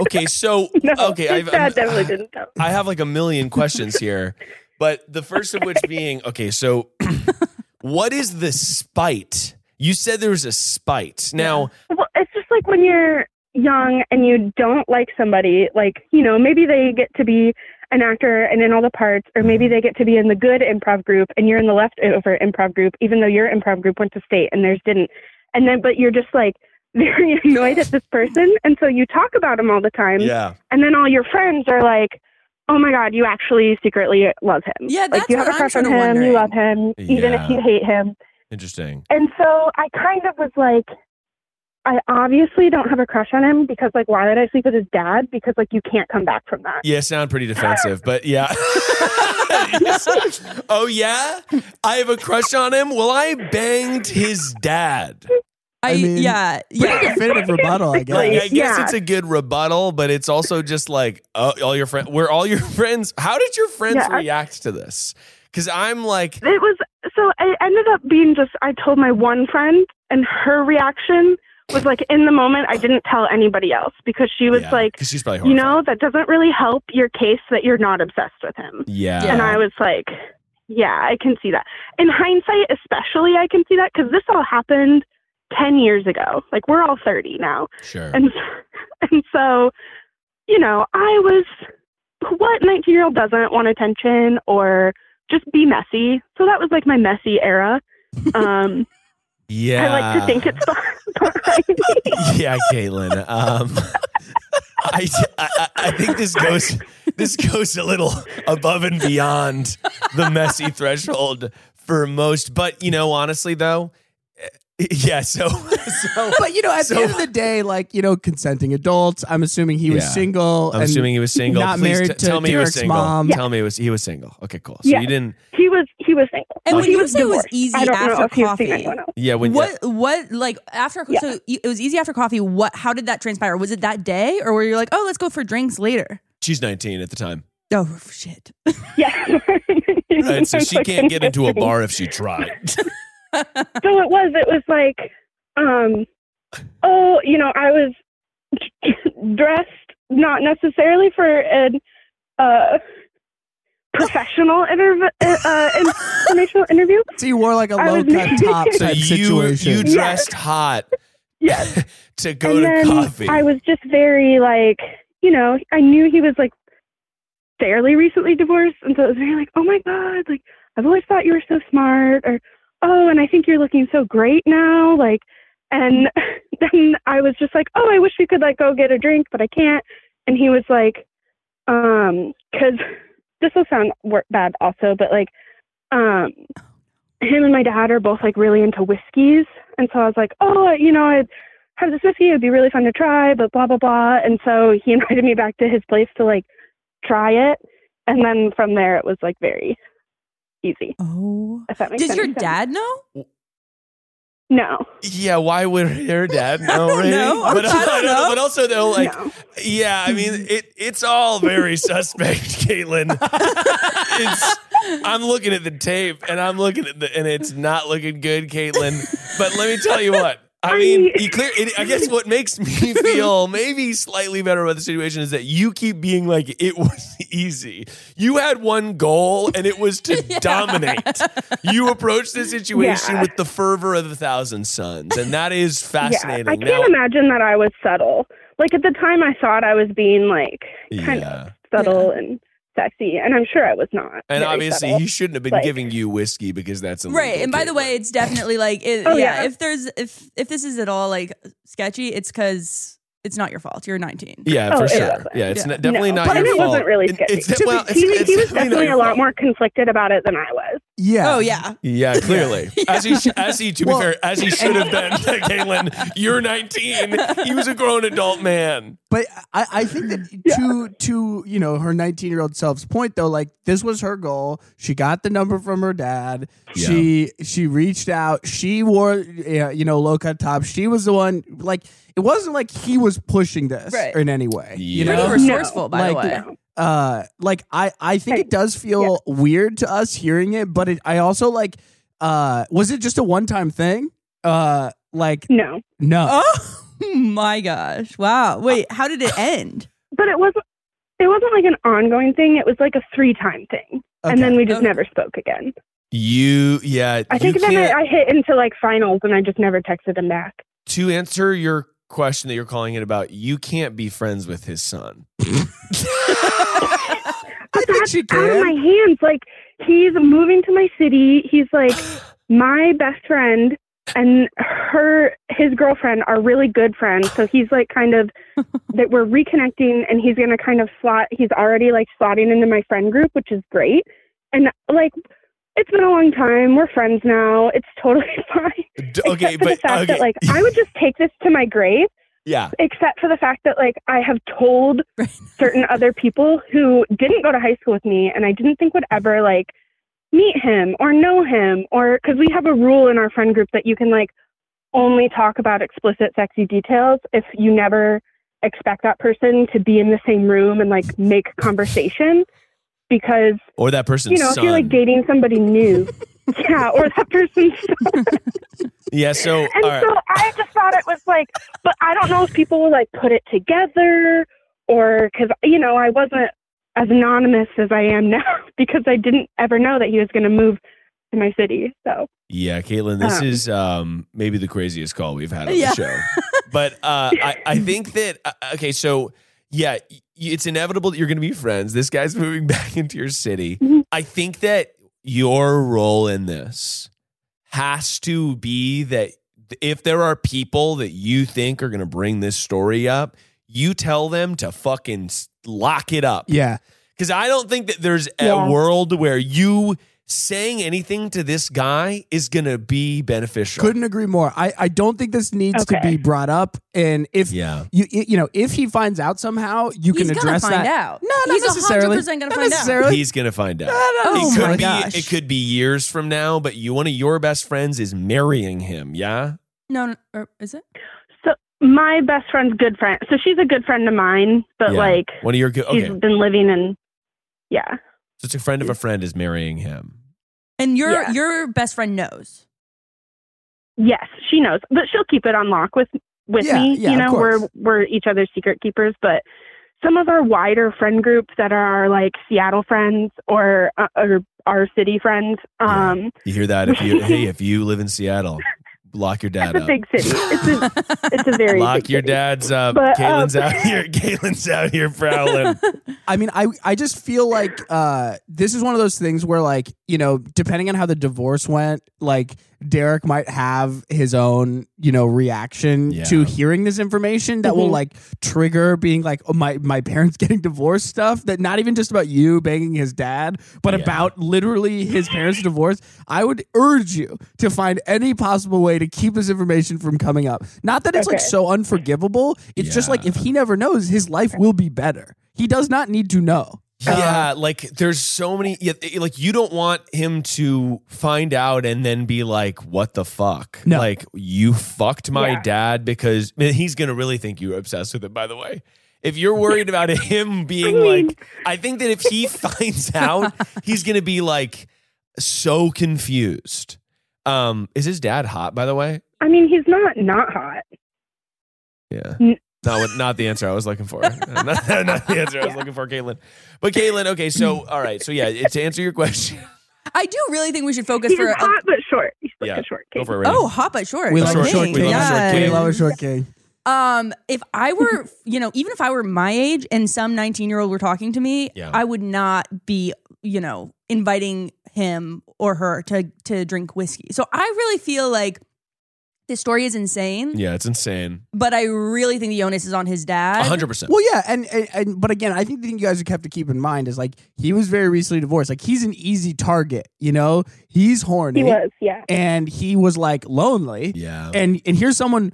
Speaker 1: okay, so
Speaker 6: no,
Speaker 1: okay,
Speaker 6: his
Speaker 1: I've-
Speaker 6: dad
Speaker 1: I'm-
Speaker 6: definitely didn't tell.
Speaker 1: I have like a million questions here, but the first of which being okay, so what is the spite? You said there was a spite. Now,
Speaker 6: Well, it's just like when you're young and you don't like somebody, like, you know, maybe they get to be an actor and in all the parts, or maybe they get to be in the good improv group and you're in the leftover improv group, even though your improv group went to state and theirs didn't. And then, but you're just like very annoyed at this person. And so you talk about them all the time.
Speaker 1: yeah,
Speaker 6: And then all your friends are like, oh my God, you actually secretly love him.
Speaker 2: Yeah,
Speaker 6: like,
Speaker 2: that's
Speaker 6: you have
Speaker 2: what
Speaker 6: a
Speaker 2: I'm
Speaker 6: crush on him,
Speaker 2: sorta
Speaker 6: you
Speaker 2: wondering.
Speaker 6: love him, even
Speaker 1: Yeah.
Speaker 6: if you hate him.
Speaker 1: interesting.
Speaker 6: And so I kind of was like, I obviously don't have a crush on him because, like, why would I sleep with his dad? Because, like, you can't come back from that.
Speaker 1: Yeah, sound pretty defensive, but yeah. oh yeah, I have a crush on him. Well, I banged his dad.
Speaker 2: I,
Speaker 3: I mean-
Speaker 2: yeah,
Speaker 3: Pretty
Speaker 2: yeah.
Speaker 3: definitive rebuttal, I
Speaker 1: Like,
Speaker 3: guess.
Speaker 1: I guess
Speaker 6: Yeah.
Speaker 1: it's a good rebuttal, but it's also just like uh, all your friends. Were all your friends? How did your friends
Speaker 6: Yeah.
Speaker 1: react to this? Because I'm like,
Speaker 6: It was so I ended up being just, I told my one friend, and her reaction was like, in the moment, I didn't tell anybody else because she was
Speaker 1: yeah,
Speaker 6: like,
Speaker 1: 'cause she's probably
Speaker 6: you
Speaker 1: horrified.
Speaker 6: know, that doesn't really help your case that you're not obsessed with him.
Speaker 1: yeah,
Speaker 6: And I was like, yeah, I can see that. In hindsight, especially, I can see that because this all happened 10 years ago. Like, we're all 30 now.
Speaker 1: sure.
Speaker 6: And and so, you know, I was what 19 year old doesn't want attention or just be messy. So that was like my messy era. Um,
Speaker 1: yeah,
Speaker 6: I like to think it's behind me.
Speaker 1: yeah, Caitlin. Um, I, I I think this goes this goes a little above and beyond the messy threshold for most. But you know, honestly, though, eh, yeah. So so
Speaker 3: But you know, at
Speaker 1: So-
Speaker 3: the end of the day, like you know, consenting adults. I'm assuming he was
Speaker 1: Yeah.
Speaker 3: single.
Speaker 1: I'm
Speaker 3: and
Speaker 1: assuming he was single.
Speaker 3: not
Speaker 1: Please
Speaker 3: married
Speaker 1: t-
Speaker 3: to
Speaker 1: tell me he was
Speaker 3: Derek's
Speaker 1: single.
Speaker 3: mom.
Speaker 1: Tell me he was he was single. Okay, cool. So
Speaker 6: Yeah.
Speaker 1: you didn't.
Speaker 6: He was he was single.
Speaker 2: And
Speaker 6: Well,
Speaker 2: when
Speaker 6: he
Speaker 2: you
Speaker 6: was
Speaker 2: say it was
Speaker 6: divorced.
Speaker 2: easy
Speaker 6: I don't know
Speaker 2: after
Speaker 6: if he was seeing
Speaker 2: coffee,
Speaker 6: anyone else.
Speaker 1: Yeah. When
Speaker 2: what what like after
Speaker 6: Yeah.
Speaker 2: so you- it was easy after coffee what how did that transpire was it that day or were you like oh let's go for drinks later
Speaker 1: she's 19 at the time,
Speaker 2: oh shit
Speaker 6: Yeah.
Speaker 1: right? So she can't get into a
Speaker 6: Fucking
Speaker 1: bar if she tried.
Speaker 6: so it was it was like um oh you know i was dressed not necessarily for an uh professional interv- uh, uh, informational interview
Speaker 3: So you wore like a
Speaker 6: I
Speaker 3: low
Speaker 6: was
Speaker 3: cut top
Speaker 6: making-
Speaker 1: so
Speaker 3: type
Speaker 1: you
Speaker 3: situation.
Speaker 1: you
Speaker 6: Yeah.
Speaker 1: dressed hot
Speaker 6: yes
Speaker 1: to go
Speaker 6: and
Speaker 1: to
Speaker 6: then
Speaker 1: coffee.
Speaker 6: i was just very like you know i knew he was like fairly recently divorced and so it was very like oh my god like i've always thought you were so smart or oh and i think you're looking so great now like and then i was just like oh i wish we could like go get a drink but i can't and he was like um because this will sound wor- bad also but like um him and my dad are both like really into whiskeys and so i was like oh you know i have this whiskey it'd be really fun to try but blah blah blah and so he invited me back to his place to like try it and then from there it was like very easy
Speaker 2: oh
Speaker 6: if that makes
Speaker 2: does
Speaker 6: any
Speaker 2: your
Speaker 6: sense.
Speaker 2: dad know
Speaker 6: no
Speaker 1: yeah. Why would her dad know?
Speaker 2: don't
Speaker 1: really?
Speaker 2: know.
Speaker 1: But,
Speaker 2: I don't know.
Speaker 1: But also though, like,
Speaker 6: no.
Speaker 1: yeah. I mean, it it's all very suspect, Caitlin. it's. I'm looking at the tape and I'm looking at the and it's not looking good, Caitlin. But let me tell you what. I mean, you clear. It, I guess what makes me feel maybe slightly better about the situation is that you keep being like it was easy. You had one goal, and it was to dominate. You approached the situation
Speaker 6: Yeah.
Speaker 1: with the fervor of a thousand suns, and that is fascinating.
Speaker 6: Yeah, I can't imagine that I was subtle. Like at the time, I thought I was being like kind
Speaker 1: Yeah.
Speaker 6: of subtle and sexy, and I'm sure I was not.
Speaker 1: and
Speaker 6: very
Speaker 1: obviously,
Speaker 6: subtle.
Speaker 1: he shouldn't have been
Speaker 6: Like-
Speaker 1: giving you whiskey because that's illegal,
Speaker 2: right and by the
Speaker 1: Caitlin.
Speaker 2: way it's definitely like it,
Speaker 6: Oh,
Speaker 2: yeah,
Speaker 6: yeah.
Speaker 2: if there's if if this is at all like sketchy it's because it's not your fault. You're 19.
Speaker 1: Yeah,
Speaker 6: Oh,
Speaker 1: for
Speaker 6: it
Speaker 1: sure.
Speaker 6: wasn't.
Speaker 1: Yeah, it's not, definitely not
Speaker 6: but
Speaker 1: your
Speaker 6: it
Speaker 1: fault.
Speaker 6: wasn't really
Speaker 1: It-
Speaker 6: sketchy.
Speaker 1: it's de- well,
Speaker 6: he,
Speaker 1: it's-
Speaker 6: he
Speaker 1: it's
Speaker 6: was
Speaker 1: not
Speaker 6: definitely
Speaker 1: your
Speaker 6: a lot
Speaker 1: fault.
Speaker 6: more conflicted about it than I was.
Speaker 3: Yeah.
Speaker 2: Oh yeah.
Speaker 1: Yeah, clearly. As he, sh- as he, to
Speaker 3: Well-
Speaker 1: be fair, as he should have been, Caitlin. You're 19. He was a grown adult man.
Speaker 3: But I, I think that to to you know her 19 year old self's point though, like this was her goal. She got the number from her dad.
Speaker 1: Yeah.
Speaker 3: She she reached out. She wore yeah, you know low cut top. She was the one. Like it wasn't like he was pushing this
Speaker 2: Right.
Speaker 3: in any way. You
Speaker 1: Yeah.
Speaker 3: know,
Speaker 2: Pretty resourceful, by the
Speaker 3: Like,
Speaker 2: way.
Speaker 3: uh like i i think
Speaker 6: Hey,
Speaker 3: it does feel weird to us hearing it but it, i also like uh was it just a one-time thing uh like
Speaker 6: No,
Speaker 3: no
Speaker 2: Oh my gosh. Wow. Wait, how did it end?
Speaker 6: but it wasn't. It wasn't like an ongoing thing. It was like a three time thing, Oh, and
Speaker 3: Okay.
Speaker 6: then we just
Speaker 2: Okay.
Speaker 6: never spoke again.
Speaker 1: You, yeah.
Speaker 6: I
Speaker 1: you
Speaker 6: think then
Speaker 1: can't-
Speaker 6: I, I hit into like finals, and I just never texted him back.
Speaker 1: to answer your question that you're calling it about, you can't be friends with his son.
Speaker 3: i think she
Speaker 6: out of my
Speaker 3: can
Speaker 6: hands. Like he's moving to my city. He's like my best friend and her his girlfriend are really good friends. So he's like kind of that we're reconnecting and he's gonna kind of slot he's already like slotting into my friend group, which is great. And like it's been a long time. We're friends now. It's totally fine.
Speaker 1: D- okay,
Speaker 6: except for
Speaker 1: but
Speaker 6: the fact
Speaker 1: okay.
Speaker 6: that like I would just take this to my grave
Speaker 1: yeah,
Speaker 6: except for the fact that like I have told certain other people who didn't go to high school with me and I didn't think would ever like meet him or know him or because we have a rule in our friend group that you can like only talk about explicit sexy details if you never expect that person to be in the same room and like make conversation because
Speaker 1: or that person's
Speaker 6: you know
Speaker 1: son.
Speaker 6: if you're like dating somebody new yeah or that person's
Speaker 1: yeah, so
Speaker 6: and
Speaker 1: all right.
Speaker 6: so I just thought it was like, but I don't know if people will like put it together or because, you know, I wasn't as anonymous as I am now because I didn't ever know that he was going to move to my city. So
Speaker 1: Yeah, Caitlin, this
Speaker 6: Um,
Speaker 1: is um, maybe the craziest call we've had on
Speaker 2: Yeah.
Speaker 1: the show. But uh, I, I think that, uh, okay, so yeah, y- it's inevitable that you're going to be friends. This guy's moving back into your city.
Speaker 6: Mhm.
Speaker 1: I think that your role in this has to be that if there are people that you think are going to bring this story up, you tell them to fucking s- lock it up.
Speaker 3: yeah
Speaker 1: Because I don't think that there's a
Speaker 6: Yeah.
Speaker 1: world where you saying anything to this guy is going to be beneficial.
Speaker 3: couldn't agree more i i don't think this needs to
Speaker 6: Okay.
Speaker 3: be brought up and if
Speaker 1: Yeah.
Speaker 3: you you know if he finds out somehow you
Speaker 2: He's
Speaker 3: can
Speaker 2: gonna
Speaker 3: address
Speaker 2: find
Speaker 3: that
Speaker 2: out.
Speaker 3: no not
Speaker 2: He's
Speaker 3: necessarily
Speaker 2: 100% gonna
Speaker 3: Not
Speaker 2: find out.
Speaker 3: necessarily.
Speaker 1: He's going to find out.
Speaker 2: Oh
Speaker 1: it could
Speaker 2: my
Speaker 1: be
Speaker 2: gosh.
Speaker 1: it could be years from now, but you one of your best friends is marrying him, yeah?
Speaker 2: No, no or is it?
Speaker 6: my best friend's good friend. So she's a good friend of mine, but
Speaker 1: Yeah.
Speaker 6: like
Speaker 1: one of your good okay.
Speaker 6: she's been living in, yeah.
Speaker 1: So it's a friend of a friend is marrying him.
Speaker 2: And your
Speaker 6: Yeah.
Speaker 2: your best friend knows.
Speaker 6: Yes, she knows, but she'll keep it on lock with with
Speaker 3: Yeah,
Speaker 6: me.
Speaker 3: yeah,
Speaker 6: you
Speaker 3: of
Speaker 6: know,
Speaker 3: course.
Speaker 6: we're we're each other's secret keepers. But some of our wider friend groups that are our, like Seattle friends or uh, or our city friends.
Speaker 1: Yeah.
Speaker 6: Um,
Speaker 1: You hear that if you hey, if you live in Seattle, lock your dad
Speaker 6: it's a
Speaker 1: up.
Speaker 6: big city. It's a it's a very
Speaker 1: Lock
Speaker 6: big
Speaker 1: your
Speaker 6: city.
Speaker 1: dad's up.
Speaker 6: But, um,
Speaker 1: Caitlin's out here. Caitlin's out here prowling.
Speaker 3: I mean, I I just feel like uh, this is one of those things where, like, you know, depending on how the divorce went, like Derek might have his own, you know, reaction
Speaker 1: Yeah.
Speaker 3: to hearing this information that will
Speaker 6: Mhm.
Speaker 3: like trigger being like, oh, my my parents getting divorced stuff that not even just about you banging his dad, but
Speaker 1: Yeah.
Speaker 3: about literally his parents' divorce. I would urge you to find any possible way to keep this information from coming up. Not that it's like
Speaker 6: Okay.
Speaker 3: so unforgivable. It's just like
Speaker 1: Yeah.
Speaker 3: if he never knows, his life will be better. He does not need to know.
Speaker 6: Um,
Speaker 1: Yeah, like there's so many. Yeah, it- like you don't want him to find out and then be like, "What the fuck?"
Speaker 3: No.
Speaker 1: Like you fucked my
Speaker 6: Yeah.
Speaker 1: dad because I mean, he's gonna really think you're obsessed with him. By the way, if you're worried about him being
Speaker 6: mean-
Speaker 1: like, I think that if he finds out, he's gonna be like so confused. Um, is his dad hot? By the way,
Speaker 6: I mean, he's not not hot.
Speaker 1: yeah.
Speaker 6: N-
Speaker 1: Not what, not the answer I was looking for. not, not the answer I was looking for, Caitlin. But Caitlin, okay, so all right, so yeah, to answer your question,
Speaker 2: I do really think we should focus
Speaker 6: He's
Speaker 2: for um, a,
Speaker 6: hot but short. He's like
Speaker 1: Yeah,
Speaker 6: a short
Speaker 1: Go
Speaker 6: case.
Speaker 1: for it, Rainy.
Speaker 2: oh hot but short.
Speaker 3: We
Speaker 1: A
Speaker 3: love
Speaker 1: short
Speaker 3: a short
Speaker 1: king.
Speaker 3: king.
Speaker 1: We love a short
Speaker 3: We
Speaker 1: king.
Speaker 3: love a short king.
Speaker 2: Um, if I were, you know, even if I were my age and some 19 year old were talking to me,
Speaker 1: Yeah.
Speaker 2: I would not be, you know, inviting him or her to to drink whiskey. So I really feel like This story is insane,
Speaker 1: Yeah, it's insane.
Speaker 2: but I really think the onus is on his dad.
Speaker 1: 100%.
Speaker 3: Well, yeah, and, and and but again, I think the thing you guys have to keep in mind is like he was very recently divorced. Like he's an easy target, you know. He's horny,
Speaker 6: He was, yeah.
Speaker 3: and he was like lonely.
Speaker 1: Yeah.
Speaker 3: and and here's someone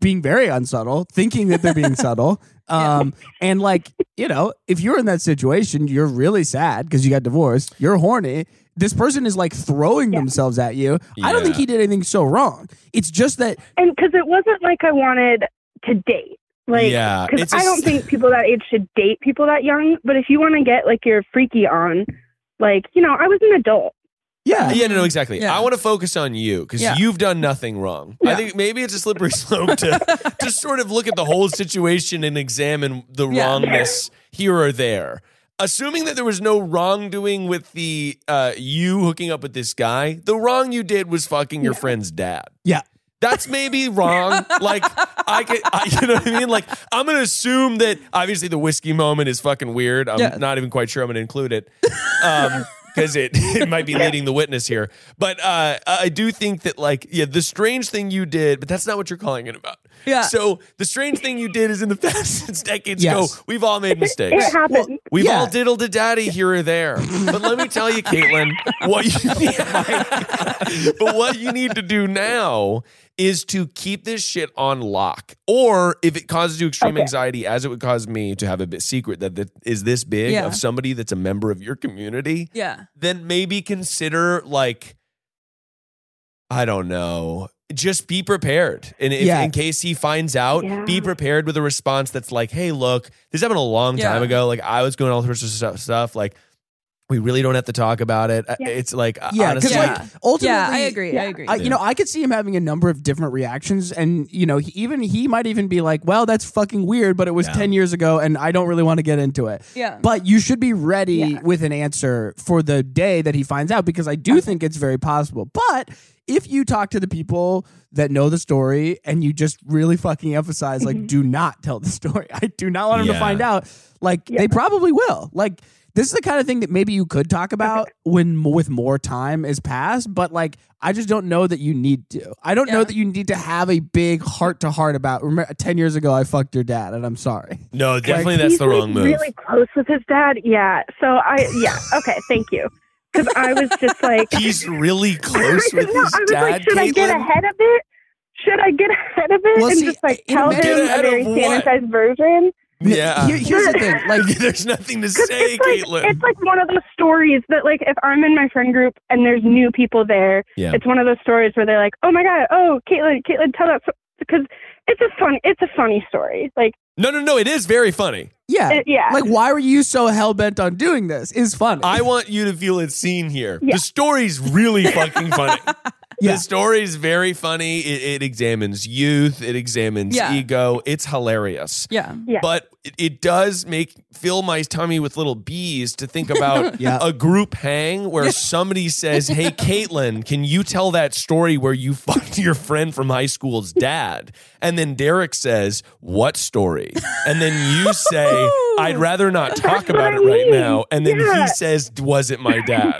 Speaker 3: being very unsubtle, thinking that they're being subtle. Um, and like you know, if you're in that situation, you're really sad because you got divorced. You're horny. This person is like throwing themselves at you. I don't think
Speaker 1: Yeah.
Speaker 3: he did anything so wrong. It's just that
Speaker 6: And because it wasn't like I wanted to date. Like,
Speaker 1: Yeah,
Speaker 6: because
Speaker 1: it's a
Speaker 6: I don't
Speaker 1: s-
Speaker 6: think people that age should date people that young. But if you want to get like your freaky on, like, you know, I was an adult.
Speaker 3: yeah,
Speaker 1: Yeah, no, no, exactly.
Speaker 2: Yeah.
Speaker 1: I want to focus on you because
Speaker 2: Yeah.
Speaker 1: you've done nothing wrong. I think maybe it's a slippery slope to just sort of look at the whole situation and examine the
Speaker 2: Yeah.
Speaker 1: wrongness here or there. Assuming that there was no wrongdoing with the uh, you hooking up with this guy, the wrong you did was fucking your friend's dad.
Speaker 3: yeah.
Speaker 1: That's maybe wrong. Like I could, I, you know what I mean? Like I'm gonna assume that obviously the whiskey moment is fucking weird. I'm
Speaker 2: Yeah.
Speaker 1: not even quite sure I'm gonna include it because Um, it it might be leading the witness here. But uh, I do think that like yeah, the strange thing you did, but that's not what you're calling it about.
Speaker 2: Yeah.
Speaker 1: So the strange thing you did is in the past since decades
Speaker 3: Yes.
Speaker 1: ago, we've all made mistakes.
Speaker 6: It happened.
Speaker 1: We've
Speaker 3: Yeah.
Speaker 1: all diddled a daddy here or there. But let me tell you, Caitlin, what you need, but what you need to do now is to keep this shit on lock. Or if it causes you extreme anxiety, as it would cause me to have a bit secret that that is this big
Speaker 2: Yeah.
Speaker 1: of somebody that's a member of your community,
Speaker 2: Yeah.
Speaker 1: then maybe consider like I don't know. Just be prepared. And if,
Speaker 3: Yeah.
Speaker 1: in case he finds out,
Speaker 6: Yeah.
Speaker 1: be prepared with a response that's like, hey, look, this happened a long
Speaker 2: Yeah.
Speaker 1: time ago. Like, I was going all sorts of stuff. stuff. Like, we really don't have to talk about it. I-
Speaker 6: Yeah.
Speaker 1: It's like, uh,
Speaker 3: yeah, because
Speaker 1: honestly,
Speaker 3: like ultimately,
Speaker 2: Yeah, I agree. I agree.
Speaker 3: I, you know, I could see him having a number of different reactions, and you know, he, even he might even be like, "Well, that's fucking weird," but it was
Speaker 1: Yeah.
Speaker 3: ten years ago, and I don't really want to get into it.
Speaker 2: Yeah.
Speaker 3: But you should be ready with an answer for the day that he finds out, because I do think it's very possible. But if you talk to the people that know the story and you just really fucking emphasize,
Speaker 2: Mm-hmm.
Speaker 3: like, do not tell the story. I do not want him to
Speaker 1: Yeah.
Speaker 3: find out. Like, they probably will. Like. This is the kind of thing that maybe you could talk about when with more time has passed, but like I just don't know that you need to. I don't know
Speaker 2: Yeah.
Speaker 3: that you need to have a big heart to heart about. Remember, ten years ago, I fucked your dad, and I'm sorry.
Speaker 1: no, definitely that's
Speaker 6: He's,
Speaker 1: the
Speaker 6: like,
Speaker 1: wrong move.
Speaker 6: Really close with his dad. Yeah. So I, yeah. Okay. Thank you. Because I was just like,
Speaker 1: He's really close
Speaker 6: I
Speaker 1: with
Speaker 6: don't know.
Speaker 1: his
Speaker 6: I was
Speaker 1: dad,
Speaker 6: like, should I get
Speaker 1: Caitlin?
Speaker 6: ahead of it? Should I get ahead of it
Speaker 3: Well,
Speaker 6: and
Speaker 3: see,
Speaker 6: just like
Speaker 3: it
Speaker 6: tell
Speaker 3: may-
Speaker 6: him
Speaker 3: Get
Speaker 6: a
Speaker 1: ahead
Speaker 6: very
Speaker 1: of what?
Speaker 6: sanitized version?
Speaker 1: Yeah.
Speaker 3: Here- here's the thing, like.
Speaker 1: There's nothing to
Speaker 6: 'Cause
Speaker 1: say,
Speaker 6: it's like,
Speaker 1: Caitlin.
Speaker 6: It's like one of those stories that, like, if I'm in my friend group and there's new people there,
Speaker 1: Yeah.
Speaker 6: it's one of those stories where they're like, "Oh my god, oh Caitlin, Caitlin, tell that," because it's a fun, it's a funny story. Like,
Speaker 1: no, no, no. It is very funny.
Speaker 3: Yeah.
Speaker 6: It- yeah.
Speaker 3: Like, why were you so hell bent on doing this? Is funny.
Speaker 1: I want you to feel it seen here.
Speaker 6: Yeah.
Speaker 1: The story's really fucking funny.
Speaker 3: Yeah.
Speaker 1: The story's very funny. It, it examines youth. It examines
Speaker 2: Yeah.
Speaker 1: ego. It's hilarious.
Speaker 2: Yeah.
Speaker 6: Yeah.
Speaker 1: But it, it does make fill my tummy with little bees to think about
Speaker 3: Yeah.
Speaker 1: a group hang where somebody says, "Hey, Caitlin, can you tell that story where you fucked your friend from high school's dad?" And then Derek says, "What story?" And then you say, "I'd rather not talk about it right now." And then
Speaker 6: Yeah.
Speaker 1: he says, "Was it my dad?"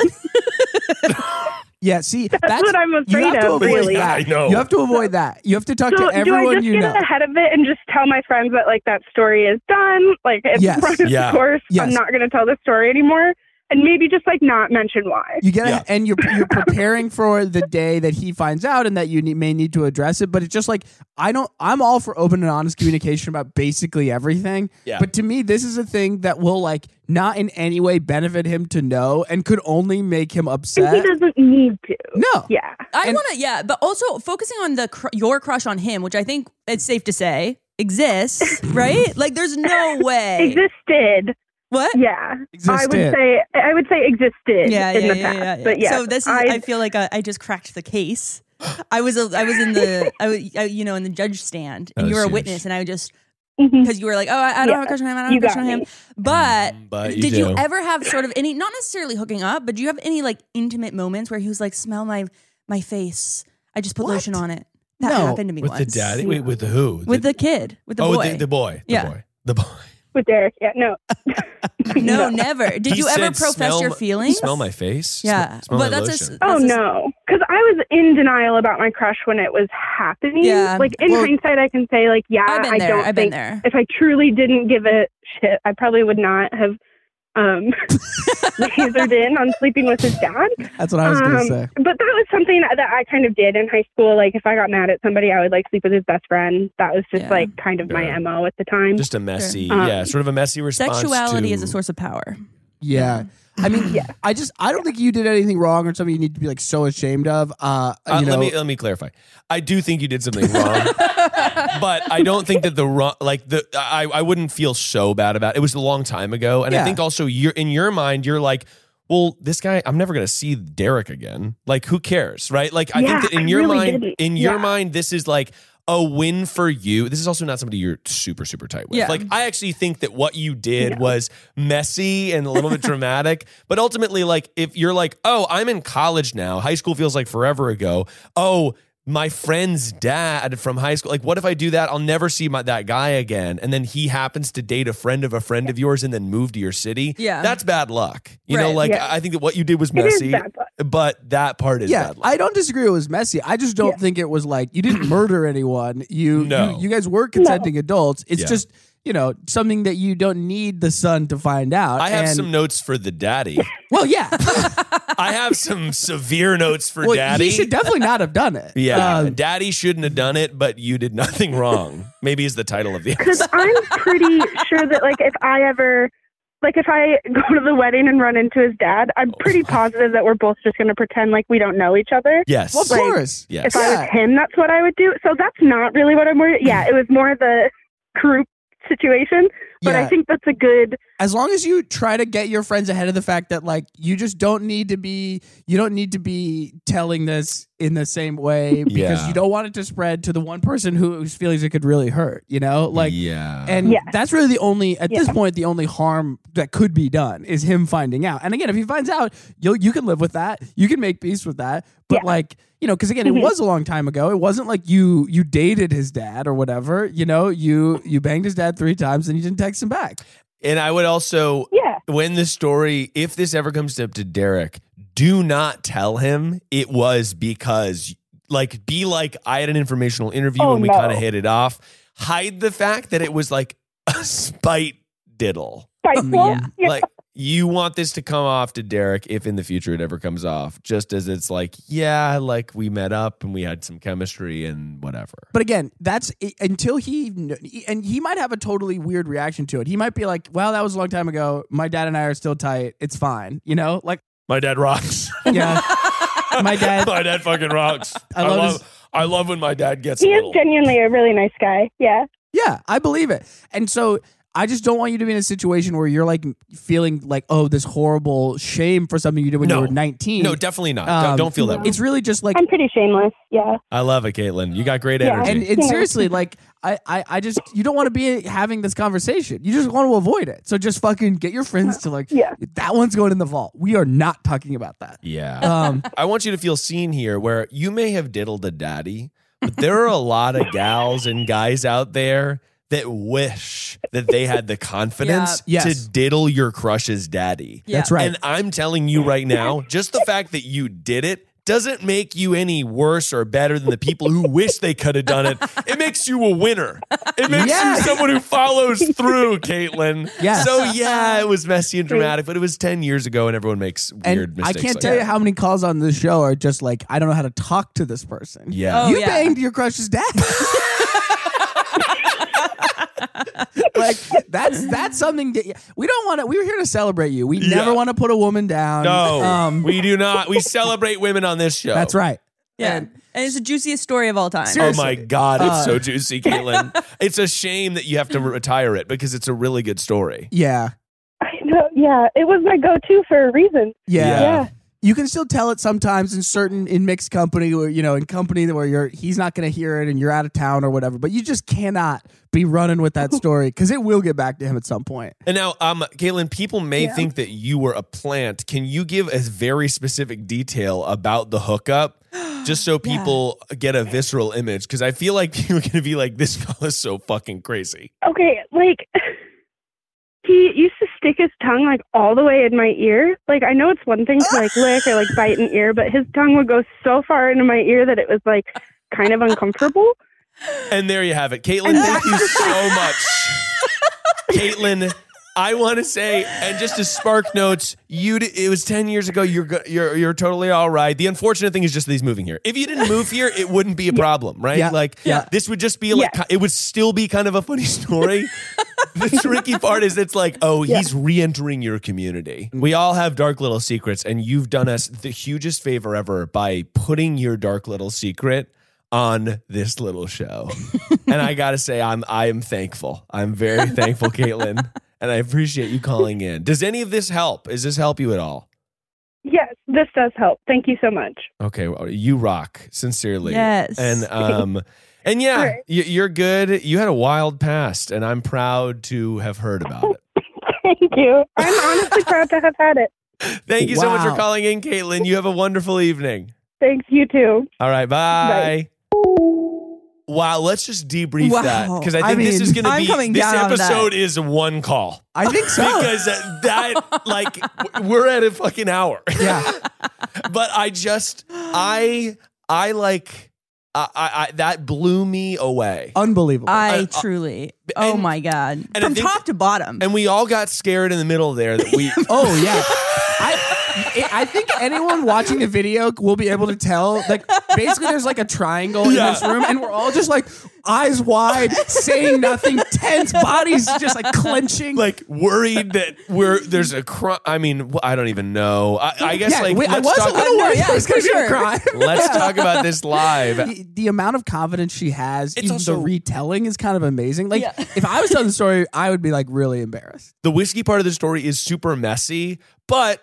Speaker 3: yeah. See, that's,
Speaker 6: what I'm
Speaker 3: you have
Speaker 6: afraid
Speaker 3: to
Speaker 6: of,
Speaker 3: avoid
Speaker 6: really.
Speaker 1: Yeah,
Speaker 3: That.
Speaker 1: I know.
Speaker 3: You have to avoid that. You have to talk
Speaker 6: so
Speaker 3: to
Speaker 6: do I
Speaker 3: everyone
Speaker 6: just
Speaker 3: you
Speaker 6: get
Speaker 3: know.
Speaker 6: ahead of it and just tell my friends that like that story is done? Like, it's
Speaker 3: Yes.
Speaker 6: run its
Speaker 1: Yeah.
Speaker 6: course.
Speaker 3: Yes.
Speaker 6: I'm not going to tell the story anymore, and maybe just like not mention why.
Speaker 3: You get
Speaker 1: Yeah.
Speaker 3: ahead, and you're you're preparing for the day that he finds out and that you ne- may need to address it. But it's just like I don't. I'm all for open and honest communication about basically everything.
Speaker 1: Yeah.
Speaker 3: But to me, this is a thing that will like not in any way benefit him to know, and could only make him
Speaker 6: And he
Speaker 3: upset.
Speaker 6: doesn't need to.
Speaker 3: No.
Speaker 6: Yeah.
Speaker 2: I
Speaker 3: And-
Speaker 2: want to, yeah, but also focusing on the cr- your crush on him, which I think it's safe to say exists, right? Like, there's no way.
Speaker 6: Existed.
Speaker 2: What?
Speaker 6: Yeah. I
Speaker 3: Existed.
Speaker 6: would say I would say existed
Speaker 2: Yeah,
Speaker 6: in
Speaker 2: yeah,
Speaker 6: the
Speaker 2: yeah,
Speaker 6: past.
Speaker 2: yeah, yeah.
Speaker 6: But yeah.
Speaker 2: So this is. I,
Speaker 6: I,
Speaker 2: feel like I, I just cracked the case. I was a, I was in the I, was- I- you know in the judge stand and
Speaker 1: Oh,
Speaker 2: you were a
Speaker 1: serious.
Speaker 2: witness and I just
Speaker 6: Mhm.
Speaker 2: because you were like oh I, I don't
Speaker 6: Yeah.
Speaker 2: have a crush on him I don't
Speaker 6: You
Speaker 2: have a crush
Speaker 6: got
Speaker 2: on him
Speaker 6: me.
Speaker 2: but
Speaker 1: Mm, But you
Speaker 2: did you
Speaker 1: do.
Speaker 2: ever have sort of any not necessarily hooking up but do you have any like intimate moments where he was like smell my my face I just put
Speaker 3: What?
Speaker 2: lotion on it that
Speaker 3: No.
Speaker 2: happened to me
Speaker 1: Wait,
Speaker 2: once
Speaker 1: Oh, with who?
Speaker 2: with the kid with the boy
Speaker 1: boy.
Speaker 2: Yeah.
Speaker 1: The boy.
Speaker 6: with Derek yet. No.
Speaker 2: No, never. Did
Speaker 1: He
Speaker 2: you ever
Speaker 1: said,
Speaker 2: profess
Speaker 1: "Smell
Speaker 2: your
Speaker 1: my-
Speaker 2: feelings?
Speaker 1: Smell my face.
Speaker 2: Yeah,
Speaker 1: Smell, smell my
Speaker 2: but that's
Speaker 1: lotion.
Speaker 2: a
Speaker 6: Oh
Speaker 2: that's a-
Speaker 6: no, because I was in denial about my crush when it was happening.
Speaker 2: Yeah.
Speaker 6: Like in
Speaker 2: Well-
Speaker 6: hindsight, I can say like, yeah,
Speaker 2: I've been
Speaker 6: I
Speaker 2: there.
Speaker 6: don't
Speaker 2: I've been
Speaker 6: think
Speaker 2: there.
Speaker 6: if I truly didn't give a shit, I probably would not have um lasered in on sleeping with his dad.
Speaker 3: That's what I was gonna
Speaker 6: Um,
Speaker 3: say.
Speaker 6: But that was something that I kind of did in high school. Like if I got mad at somebody, I would like sleep with his best friend. That was just
Speaker 2: Yeah.
Speaker 6: like kind of
Speaker 1: Yeah.
Speaker 6: my mo at the time.
Speaker 1: Just a messy,
Speaker 6: Um,
Speaker 1: yeah, sort of a messy response.
Speaker 2: Sexuality
Speaker 1: to-
Speaker 2: is a source of power.
Speaker 3: Yeah. I mean, I just I don't think you did anything wrong or something you need to be like so ashamed of. Uh,
Speaker 1: Uh,
Speaker 3: you know,
Speaker 1: let me let me clarify. I do think you did something wrong, but I don't think that the wrong like the I I wouldn't feel so bad about it. It was a long time ago, and I
Speaker 3: Yeah.
Speaker 1: think also you're in your mind you're like, well, this guy I'm never gonna see Derek again. Like who cares, right? Like I
Speaker 6: Yeah,
Speaker 1: think that in
Speaker 6: I
Speaker 1: your
Speaker 6: really
Speaker 1: mind,
Speaker 6: didn't.
Speaker 1: in your
Speaker 6: Yeah.
Speaker 1: mind, this is like. A win for you. This is also not somebody you're super, super tight with.
Speaker 2: Yeah.
Speaker 1: Like, I actually think that what you did was messy and a little bit dramatic. But ultimately, like, if you're like, oh, I'm in college now, high school feels like forever ago. Oh, my friend's dad from high school. Like, what if I do that? I'll never see my, that guy again. And then he happens to date a friend of a friend of yours and then move to your city.
Speaker 2: Yeah.
Speaker 1: That's bad luck. You know,
Speaker 2: Right.
Speaker 1: like,
Speaker 6: Yeah.
Speaker 1: I think that what you did was
Speaker 6: It is
Speaker 1: messy,
Speaker 6: bad luck.
Speaker 1: but that part is
Speaker 3: yeah,
Speaker 1: bad luck.
Speaker 3: I don't disagree. It was messy. I just don't think it was like you didn't murder anyone. You
Speaker 1: No.
Speaker 3: you, you guys were consenting adults. It's
Speaker 1: Yeah.
Speaker 3: just you know something that you don't need the son to find out.
Speaker 1: I have
Speaker 3: And-
Speaker 1: some notes for the daddy.
Speaker 3: Well, yeah.
Speaker 1: I have some severe notes for
Speaker 3: well,
Speaker 1: daddy.
Speaker 3: he should definitely not have done it.
Speaker 1: yeah,
Speaker 6: Uh,
Speaker 3: Um,
Speaker 1: daddy shouldn't have done it, but you did nothing wrong. Maybe is the title of the
Speaker 6: Because
Speaker 1: episode.
Speaker 6: I'm pretty sure that like if I ever like if I go to the wedding and run into his dad, I'm pretty positive that we're both just going to pretend like we don't know each other.
Speaker 1: Yes.
Speaker 3: well, of
Speaker 6: Like,
Speaker 3: course.
Speaker 1: yes.
Speaker 6: If I
Speaker 3: Yeah.
Speaker 6: was him, that's what I would do. So that's not really what I'm worried. Yeah, it was more the group situation, but
Speaker 3: yeah.
Speaker 6: I think that's a good.
Speaker 3: as long as you try to get your friends ahead of the fact that like you just don't need to be you don't need to be telling this in the same way because
Speaker 1: Yeah.
Speaker 3: you don't want it to spread to the one person who, whose feelings it could really hurt you know like
Speaker 1: yeah.
Speaker 3: and
Speaker 6: Yeah.
Speaker 3: that's really the only at this point the only harm that could be done is him finding out and again if he finds out you you can live with that you can make peace with that but like you know because again it was a long time ago it wasn't like you you dated his dad or whatever you know you you banged his dad three times and you didn't text him back
Speaker 1: And I would also,
Speaker 6: Yeah.
Speaker 1: when the story, if this ever comes up to Derek, do not tell him it was because, like, be like, I had an informational interview
Speaker 6: Oh,
Speaker 1: and we
Speaker 6: no.
Speaker 1: kind of hit it off. Hide the fact that it was like a spite diddle.
Speaker 6: Spiteful.
Speaker 2: Yeah.
Speaker 6: Yeah.
Speaker 1: Like, you want this to come off to Derek if in the future it ever comes off, just as it's like, yeah, like we met up and we had some chemistry and whatever.
Speaker 3: But again, that's i- until he kn- and he might have a totally weird reaction to it. He might be like, "Well, that was a long time ago. My dad and I are still tight. It's fine." You know, like
Speaker 1: My dad rocks.
Speaker 3: yeah, my dad.
Speaker 1: my dad fucking rocks.
Speaker 3: I
Speaker 1: I
Speaker 3: love
Speaker 1: love,
Speaker 3: his-
Speaker 1: I love when my dad gets
Speaker 6: he
Speaker 1: a
Speaker 6: is
Speaker 1: little.
Speaker 6: genuinely a really nice guy. Yeah.
Speaker 3: Yeah, I believe it. And so I just don't want you to be in a situation where you're like feeling like, "Oh, this horrible shame for something you did when
Speaker 1: No.
Speaker 3: you were 19."
Speaker 1: No, definitely not.
Speaker 3: Um,
Speaker 1: don't, don't feel that. way.
Speaker 3: It's really just like
Speaker 6: I'm pretty shameless. Yeah.
Speaker 1: I love it, Caitlin. You got great
Speaker 6: Yeah.
Speaker 1: energy.
Speaker 3: and, and
Speaker 6: Yeah.
Speaker 3: seriously, like I, I, I just you don't want to be having this conversation. You just want to avoid it. So just fucking get your friends to like,
Speaker 6: Yeah.
Speaker 3: that one's going in the vault. We are not talking about that.
Speaker 6: Uh,
Speaker 1: yeah,
Speaker 3: Um,
Speaker 1: I want you to feel seen here, where you may have diddled a daddy, but there are a lot of gals and guys out there that wish that they had the confidence
Speaker 3: Yeah. Yes.
Speaker 1: to diddle your crush's daddy.
Speaker 2: Yeah.
Speaker 3: That's right.
Speaker 1: And I'm telling you right now, just the fact that you did it doesn't make you any worse or better than the people who wish they could have done it. It makes you a winner. It makes
Speaker 3: Yes.
Speaker 1: you someone who follows through, Caitlin.
Speaker 3: Yes.
Speaker 1: So yeah, it was messy and dramatic, but it was 10 years ago and everyone makes
Speaker 3: and
Speaker 1: weird
Speaker 3: I
Speaker 1: mistakes.
Speaker 3: can't
Speaker 1: like
Speaker 3: tell you
Speaker 1: that.
Speaker 3: how many calls on this show are just like, I don't know how to talk to this person.
Speaker 1: Yeah.
Speaker 2: Oh,
Speaker 3: you
Speaker 2: yeah.
Speaker 3: banged your crush's dad. like that's that's something that we don't want to. We were here to celebrate you. We
Speaker 1: Yeah.
Speaker 3: never want to put a woman down.
Speaker 1: No,
Speaker 3: Um,
Speaker 1: we do not. We celebrate women on this show.
Speaker 3: that's right.
Speaker 2: Yeah,
Speaker 3: And-
Speaker 2: and, it's the juiciest story of all time.
Speaker 1: Oh
Speaker 3: Seriously.
Speaker 1: my God, it's
Speaker 3: Uh,
Speaker 1: so juicy, Caitlin. it's a shame that you have to retire it because it's a really good story.
Speaker 3: Yeah.
Speaker 6: I know. Yeah. It was my go-to for a reason.
Speaker 3: Yeah.
Speaker 6: Yeah.
Speaker 3: You can still tell it sometimes in certain in mixed company or you know in company where you're he's not going to hear it and you're out of town or whatever, but you just cannot be running with that story cuz it will get back to him at some point.
Speaker 1: And now, um, Caitlin, people may think that you were a plant. Can you give a very specific detail about the hookup, just so people get a visceral image? Because I feel like people are going to be like, "This girl is so fucking crazy."
Speaker 6: Okay. Like he used to stick his tongue like all the way in my ear. Like I know it's one thing to like lick or like bite an ear, but his tongue would go so far into my ear that it was like kind of uncomfortable.
Speaker 1: And there you have it. Caitlin, thank you so much. Caitlin, I want to say, and just as spark notes, you d- it was 10 years ago. You're, go- you're you're totally all right. The unfortunate thing is just that he's moving here. If you didn't move here, it wouldn't be a problem, right?
Speaker 3: Yeah.
Speaker 1: Like,
Speaker 3: Yeah.
Speaker 1: this would just be like,
Speaker 6: Yeah.
Speaker 1: it would still be kind of a funny story. the tricky part is it's like, oh, he's re entering your community. We all have dark little secrets, and you've done us the hugest favor ever by putting your dark little secret on this little show. and I gotta say, I'm I am thankful. I'm very thankful, Caitlin, and I appreciate you calling in. Does any of this help? Is this help you at all?
Speaker 6: Yes, this does help. Thank you so much.
Speaker 1: Okay, well, you rock, sincerely.
Speaker 2: Yes.
Speaker 1: and um, and yeah,
Speaker 6: All right.
Speaker 1: you, you're good. You had a wild past, and I'm proud to have heard about it.
Speaker 6: Thank you. I'm honestly proud to have had it.
Speaker 1: Thank you so much for
Speaker 3: Wow.
Speaker 1: calling in, Caitlin. You have a wonderful evening.
Speaker 6: Thanks, you too.
Speaker 1: All right, bye. Wow, let's just debrief
Speaker 2: Wow.
Speaker 1: that because I
Speaker 3: I
Speaker 1: think this
Speaker 3: mean,
Speaker 1: is going to
Speaker 2: I'm
Speaker 1: be
Speaker 2: coming
Speaker 1: this
Speaker 2: down on that.
Speaker 1: episode is one call.
Speaker 3: I think so.
Speaker 1: because that like w- we're at a fucking hour
Speaker 3: yeah.
Speaker 1: but i just i i like I, I, I that blew me away
Speaker 3: Unbelievable.
Speaker 2: I
Speaker 1: uh,
Speaker 2: truly. Oh
Speaker 1: and-
Speaker 2: my god.
Speaker 1: I
Speaker 2: From
Speaker 1: think-
Speaker 2: top to bottom.
Speaker 1: and we all got scared in the middle there that we
Speaker 3: Oh yeah. I it- I think anyone watching the video will be able to tell. Like basically, there's like a triangle in
Speaker 1: Yeah.
Speaker 3: this room, and we're all just like eyes wide, saying nothing, tense, bodies just like clenching.
Speaker 1: like worried that we're there's a crime i mean wh- i don't even know i, I guess
Speaker 3: yeah,
Speaker 1: like
Speaker 3: wait, I
Speaker 1: let's
Speaker 3: was
Speaker 1: talk,
Speaker 3: a little worried.
Speaker 2: yeah,
Speaker 3: there was gonna
Speaker 2: for
Speaker 3: be a
Speaker 2: sure.
Speaker 3: crime.
Speaker 1: let's talk about this live
Speaker 3: The, the amount of confidence she has,
Speaker 1: It's
Speaker 3: even
Speaker 1: also-
Speaker 3: the retelling is kind of amazing. Like,
Speaker 2: Yeah.
Speaker 3: if I was telling the story, I would be like really embarrassed.
Speaker 1: the whiskey part of the story is super messy but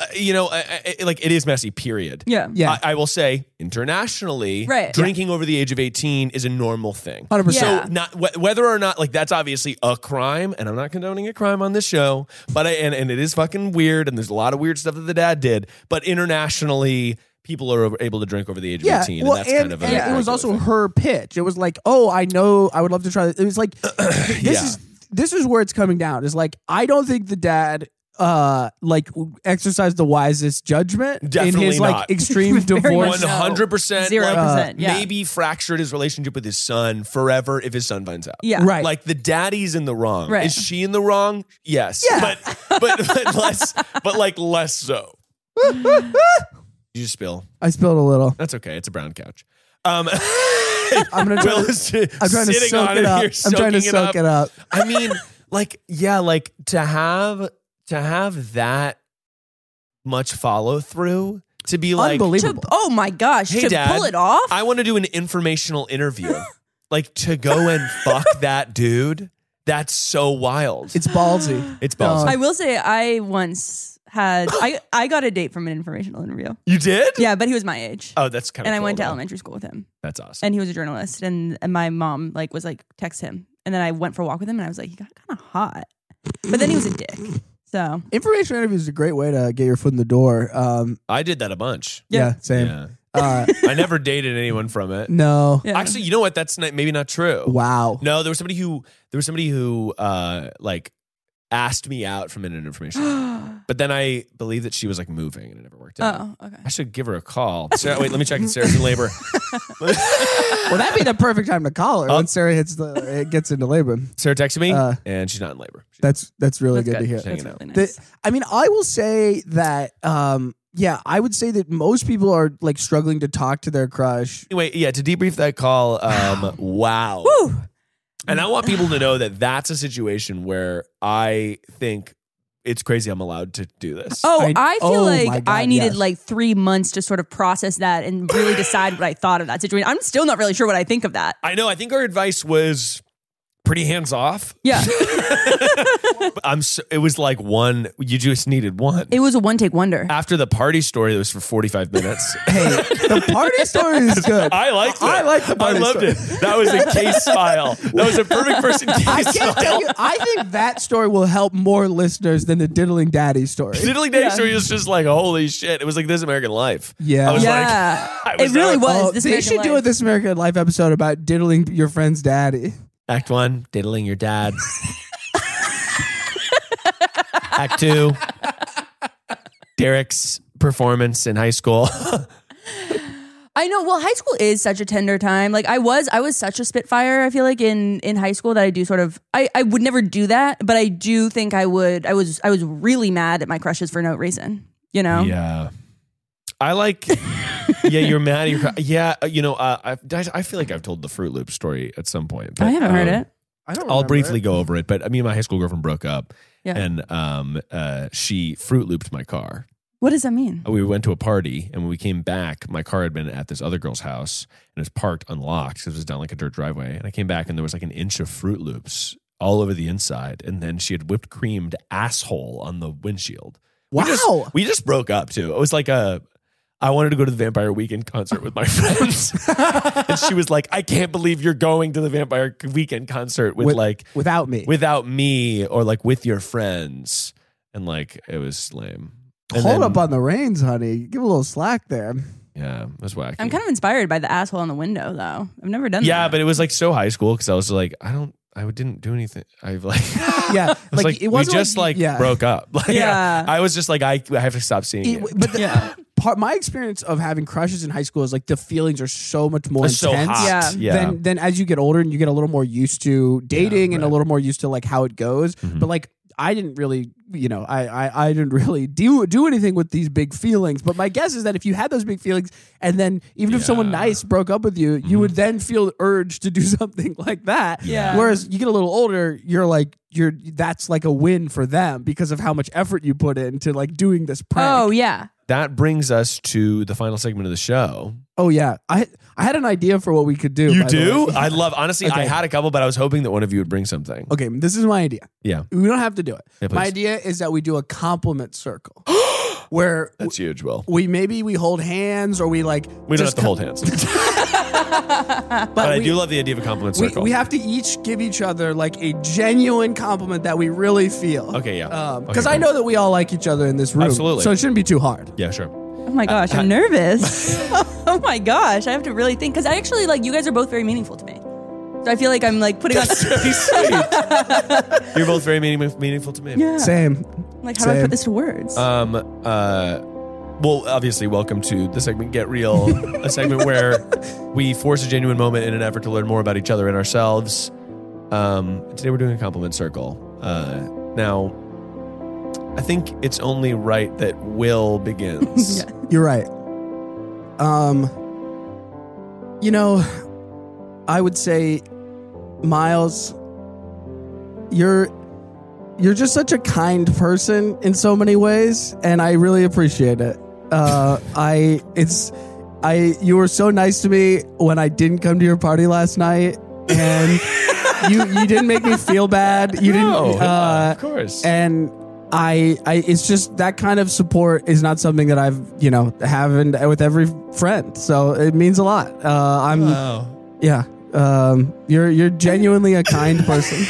Speaker 1: uh, you know I, I, I- like it is messy period
Speaker 2: yeah.
Speaker 3: Yeah,
Speaker 1: I, I will say internationally,
Speaker 2: Right.
Speaker 1: drinking over the age of 18 is a normal thing.
Speaker 3: hundred
Speaker 2: Yeah.
Speaker 3: percent.
Speaker 1: So not wh- whether or not like that's obviously a crime, and I'm not condoning a crime on this show, but I and, and it is fucking weird, and there's a lot of weird stuff that the dad did. But internationally, people are over- able to drink over the age of 18, and that's kind of a
Speaker 3: and it was
Speaker 1: regular
Speaker 3: also
Speaker 1: thing.
Speaker 3: her pitch. It was like, oh, I know, I would love to try. This. It was like, this
Speaker 1: Yeah.
Speaker 3: is this is where it's coming down. Is like, I don't think the dad uh like w- exercised the wisest judgment
Speaker 1: Definitely
Speaker 3: in his
Speaker 1: not.
Speaker 3: like extreme
Speaker 2: much
Speaker 3: divorce.
Speaker 2: not.
Speaker 1: 100%
Speaker 2: Zero
Speaker 1: like,
Speaker 2: percent. yeah.
Speaker 1: uh, maybe fractured his relationship with his son forever if his son finds out.
Speaker 2: Yeah.
Speaker 3: Right.
Speaker 1: Like the daddy's in the wrong.
Speaker 2: Right.
Speaker 1: Is she in the wrong? Yes. But, but but less but like less so. you just spill.
Speaker 3: I spilled a little.
Speaker 1: That's okay. It's a brown couch. Um
Speaker 3: I'm gonna try.
Speaker 1: Will
Speaker 3: To,
Speaker 1: is
Speaker 3: I'm trying to
Speaker 1: sitting
Speaker 3: soak
Speaker 1: on
Speaker 3: it up.
Speaker 1: You're
Speaker 3: I'm trying to
Speaker 1: soaking
Speaker 3: soak it up.
Speaker 1: I mean, like, yeah, like to have to have that much follow through to be like
Speaker 2: To,
Speaker 3: Unbelievable.
Speaker 2: oh my gosh.
Speaker 1: Hey,
Speaker 2: to
Speaker 1: Dad.
Speaker 2: pull it off.
Speaker 1: I want to do an informational interview. like to go and fuck that dude. That's so wild. It's,
Speaker 3: It's ballsy.
Speaker 1: balls.
Speaker 2: I will say I once had I, I got a date from an informational interview.
Speaker 1: you did?
Speaker 2: Yeah, but he was my age.
Speaker 1: Oh, that's kind of.
Speaker 2: and I went to
Speaker 1: down.
Speaker 2: elementary school with him.
Speaker 1: That's awesome.
Speaker 2: And he was a journalist and, and my mom like was like text him. And then I went for a walk with him and I was like, he got kind of hot. But then he was a dick. So
Speaker 3: Information interviews is a great way to get your foot in the door. Um,
Speaker 1: I did that a bunch.
Speaker 3: yeah, same.
Speaker 1: Yeah.
Speaker 3: Uh,
Speaker 1: I never dated anyone from it.
Speaker 3: no,
Speaker 2: yeah.
Speaker 1: Actually, you know what? That's not, maybe not true.
Speaker 3: wow.
Speaker 1: No, there was somebody who there was somebody who uh like asked me out from an information, but then I believe that she was like moving and it never worked out.
Speaker 2: Oh, okay.
Speaker 1: I should give her a call. Sarah, wait, let me check. It's Sarah's in labor.
Speaker 3: Well, that'd be the perfect time to call her
Speaker 1: Oh.
Speaker 3: when Sarah hits the it gets into labor.
Speaker 1: Sarah texted me,
Speaker 3: Uh,
Speaker 1: and she's not in labor. She's
Speaker 3: That's that's really
Speaker 2: That's
Speaker 3: good, to
Speaker 2: good.
Speaker 3: hear.
Speaker 1: hanging out.
Speaker 2: Really nice.
Speaker 3: The- I mean, I will say that. Um, yeah, I would say that most people are like struggling to talk to their crush.
Speaker 1: Anyway, yeah, to debrief that call, um, wow.
Speaker 2: Woo.
Speaker 1: And I want people to know that that's a situation where I think it's crazy I'm allowed to do this.
Speaker 2: Oh, I,
Speaker 3: I-
Speaker 2: feel
Speaker 3: oh my
Speaker 2: like
Speaker 3: God,
Speaker 2: I needed
Speaker 3: yes.
Speaker 2: like three months to sort of process that and really decide what I thought of that situation. I'm still not really sure what I think of that.
Speaker 1: I know. I think our advice was pretty hands off.
Speaker 2: Yeah.
Speaker 1: But I'm. So, it was like one. You just needed one.
Speaker 2: it was a one take wonder.
Speaker 1: After the party story, that was for 45 minutes.
Speaker 3: Hey, the party story is good.
Speaker 1: I liked it.
Speaker 3: I liked the party
Speaker 1: I loved
Speaker 3: story.
Speaker 1: it. That was a case file. That was a perfect person case
Speaker 3: I can't
Speaker 1: file.
Speaker 3: tell you. I think that story will help more listeners than the diddling daddy story.
Speaker 1: Diddling Daddy story was just like, holy shit. It was like This American Life.
Speaker 3: Yeah.
Speaker 1: I was
Speaker 2: Yeah.
Speaker 1: like, I was
Speaker 2: It really
Speaker 1: out.
Speaker 2: was.
Speaker 3: Oh,
Speaker 2: This
Speaker 3: they
Speaker 2: American
Speaker 3: should do a
Speaker 2: Life.
Speaker 3: This American Life episode about diddling your friend's daddy.
Speaker 1: Act one, diddling your dad. Act two. Derek's performance in high school.
Speaker 2: I know. Well, high school is such a tender time. Like I was, I was such a spitfire. I feel like in in high school that I do sort of. I I would never do that, but I do think I would. I was I was really mad at my crushes for no reason. You know.
Speaker 1: Yeah. I like. yeah, you're mad. at your cru- yeah, uh, you know, uh, I, I I feel like I've told the Fruit Loop story at some point.
Speaker 2: Oh, I haven't heard
Speaker 1: um,
Speaker 2: it.
Speaker 3: I don't
Speaker 1: I'll
Speaker 3: remember
Speaker 1: briefly
Speaker 3: it.
Speaker 1: go over it, but I mean, my high school girlfriend broke up,
Speaker 2: Yeah.
Speaker 1: and um, uh, she Fruit Looped my car.
Speaker 2: What does that mean?
Speaker 1: Oh, We went to a party, and when we came back, my car had been at this other girl's house and it was parked unlocked because it was down like a dirt driveway. And I came back, and there was like an inch of Fruit Loops all over the inside, and then she had whipped creamed asshole on the windshield.
Speaker 3: Wow.
Speaker 1: We just, we just broke up too. It was like a. I wanted to go to the Vampire Weekend concert with my friends, and she was like, "I can't believe you're going to the Vampire Weekend concert with,
Speaker 3: With-
Speaker 1: like
Speaker 3: without me.
Speaker 1: without me or like with your friends." And like it was lame. And
Speaker 3: Hold
Speaker 1: then-
Speaker 3: up on the reins, honey. Give a little slack there.
Speaker 1: Yeah, it was wacky.
Speaker 2: I'm kind of inspired by the asshole on the window, though. I've never done
Speaker 1: yeah,
Speaker 2: that.
Speaker 1: but it was like so high school because I was like, I don't, I didn't do anything. I like,
Speaker 3: Yeah,
Speaker 1: I was like, it was we just like,
Speaker 3: yeah.
Speaker 1: broke up. Like,
Speaker 2: Yeah.
Speaker 1: I was just like, I, I have to stop seeing
Speaker 3: It-
Speaker 1: you.
Speaker 3: but the, part my experience of having crushes in high school is like the feelings are so much more
Speaker 1: It's so
Speaker 3: intense.
Speaker 1: hot.
Speaker 2: Yeah.
Speaker 1: Yeah.
Speaker 3: Then, then as you get older and you get a little more used to dating and a little more used to like how it goes,
Speaker 1: Mm-hmm.
Speaker 3: but like I didn't really, you know, I, I I didn't really do do anything with these big feelings. But my guess is that if you had those big feelings, and then even if someone nice broke up with you, you would
Speaker 1: Mm-hmm.
Speaker 3: then feel the urge to do something like that.
Speaker 2: Yeah.
Speaker 3: Whereas you get a little older, you're like you're that's like a win for them because of how much effort you put into like doing this prank.
Speaker 2: oh yeah.
Speaker 1: that brings us to the final segment of the show.
Speaker 3: Oh yeah, I I had an idea for what we could do. by the way.
Speaker 1: I love, honestly, I
Speaker 3: Okay. Oh,
Speaker 1: had a couple, but I was hoping that one of you would bring something.
Speaker 3: Okay, this is my idea.
Speaker 1: Yeah.
Speaker 3: We don't have to do it.
Speaker 1: Yeah,
Speaker 3: my
Speaker 1: please.
Speaker 3: idea is that we do a compliment circle, where
Speaker 1: That's huge, Will.
Speaker 3: we maybe we hold hands or we like
Speaker 1: We don't have
Speaker 3: just
Speaker 1: to hold hands. but I
Speaker 3: we-
Speaker 1: do love the idea of a compliment
Speaker 3: We,
Speaker 1: circle.
Speaker 3: we have to each give each other like a genuine compliment that we really feel.
Speaker 1: Okay, yeah. Okay,
Speaker 3: Because I
Speaker 1: cool.
Speaker 3: know that we all like each other in this room.
Speaker 1: Absolutely.
Speaker 3: So it shouldn't be too hard.
Speaker 1: yeah, sure.
Speaker 2: Oh my
Speaker 3: Uh,
Speaker 2: gosh, I'm nervous. oh my gosh, I have to really think because I actually like you guys are both very meaningful to me. So I feel like I'm like putting on.
Speaker 1: You're both very meaning- meaningful to me.
Speaker 2: Yeah.
Speaker 3: Same.
Speaker 2: Like, how do I
Speaker 3: Same.
Speaker 2: put this to words?
Speaker 1: Um, uh, well, obviously, welcome to the segment Get Real, a segment where we force a genuine moment in an effort to learn more about each other and ourselves. Um, today, we're doing a compliment circle. Uh, now, I think it's only right that Will begins.
Speaker 2: Yeah.
Speaker 3: You're right. Um, you know, I would say, Miles, you're you're just such a kind person in so many ways, and I really appreciate it. Uh, I it's I you were so nice to me when I didn't come to your party last night, and you you didn't make me feel bad. You
Speaker 1: No,
Speaker 3: didn't. Uh,
Speaker 1: of course.
Speaker 3: and I, I, it's just that kind of support is not something that I've, you know, having with every friend. So it means a lot. Uh, I'm,
Speaker 1: wow.
Speaker 3: yeah, um, you're, you're genuinely a kind person.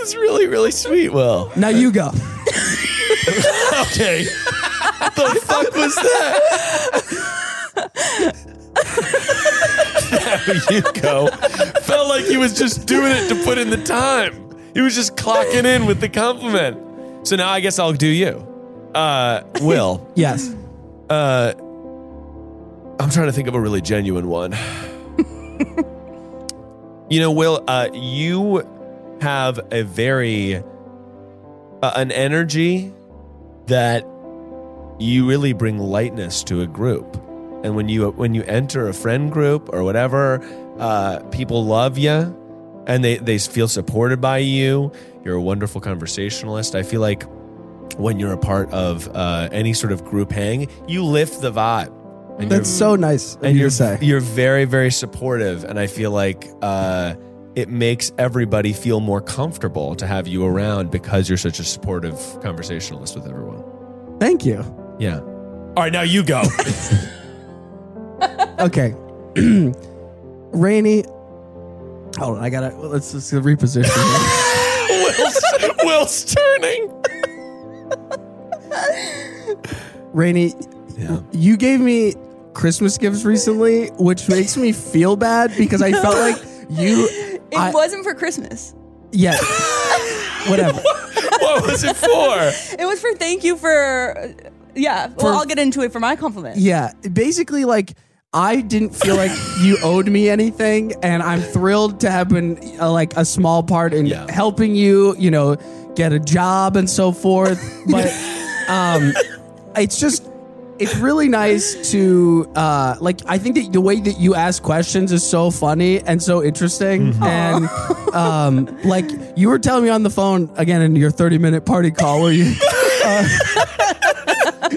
Speaker 1: That's really, really sweet, Will.
Speaker 3: Now you go.
Speaker 1: Okay. the fuck was that? there you go. Felt like he was just doing it to put in the time. He was just clocking in with the compliment. So now I guess I'll do you. Uh, Will,
Speaker 3: Yes.
Speaker 1: uh, I'm trying to think of a really genuine one. you know, Will, uh, you have a very uh, an energy that you really bring lightness to a group, and when you when you enter a friend group or whatever, uh, people love you, and they they feel supported by you. You're a wonderful conversationalist. I feel like when you're a part of uh, any sort of group hang, you lift the vibe. And
Speaker 3: That's so nice of
Speaker 1: and
Speaker 3: you
Speaker 1: you're
Speaker 3: to say.
Speaker 1: you're very very supportive and i feel like uh it makes everybody feel more comfortable to have you around because you're such a supportive conversationalist with everyone
Speaker 3: Thank you.
Speaker 1: yeah all right now you go
Speaker 3: Okay. Rainy. Hold on. I gotta, let's just reposition. here.
Speaker 1: will's, will's turning
Speaker 3: Rainy,
Speaker 1: yeah
Speaker 3: you gave me Christmas gifts recently, which makes me feel bad because I felt like you,
Speaker 2: it
Speaker 3: I-
Speaker 2: wasn't for Christmas.
Speaker 3: yeah. Whatever.
Speaker 1: what was it for?
Speaker 2: It was for thank you for. uh, Yeah,
Speaker 3: For-
Speaker 2: well, I'll get into it for my compliment.
Speaker 3: yeah. Basically, like, I didn't feel like you owed me anything, and I'm thrilled to have been uh, like a small part in
Speaker 1: Yeah.
Speaker 3: helping you, you know, get a job and so forth. But um, it's just, it's really nice to uh, like. I think that the way that you ask questions is so funny and so interesting, and um, like you were telling me on the phone again in your 30 minute party call where you.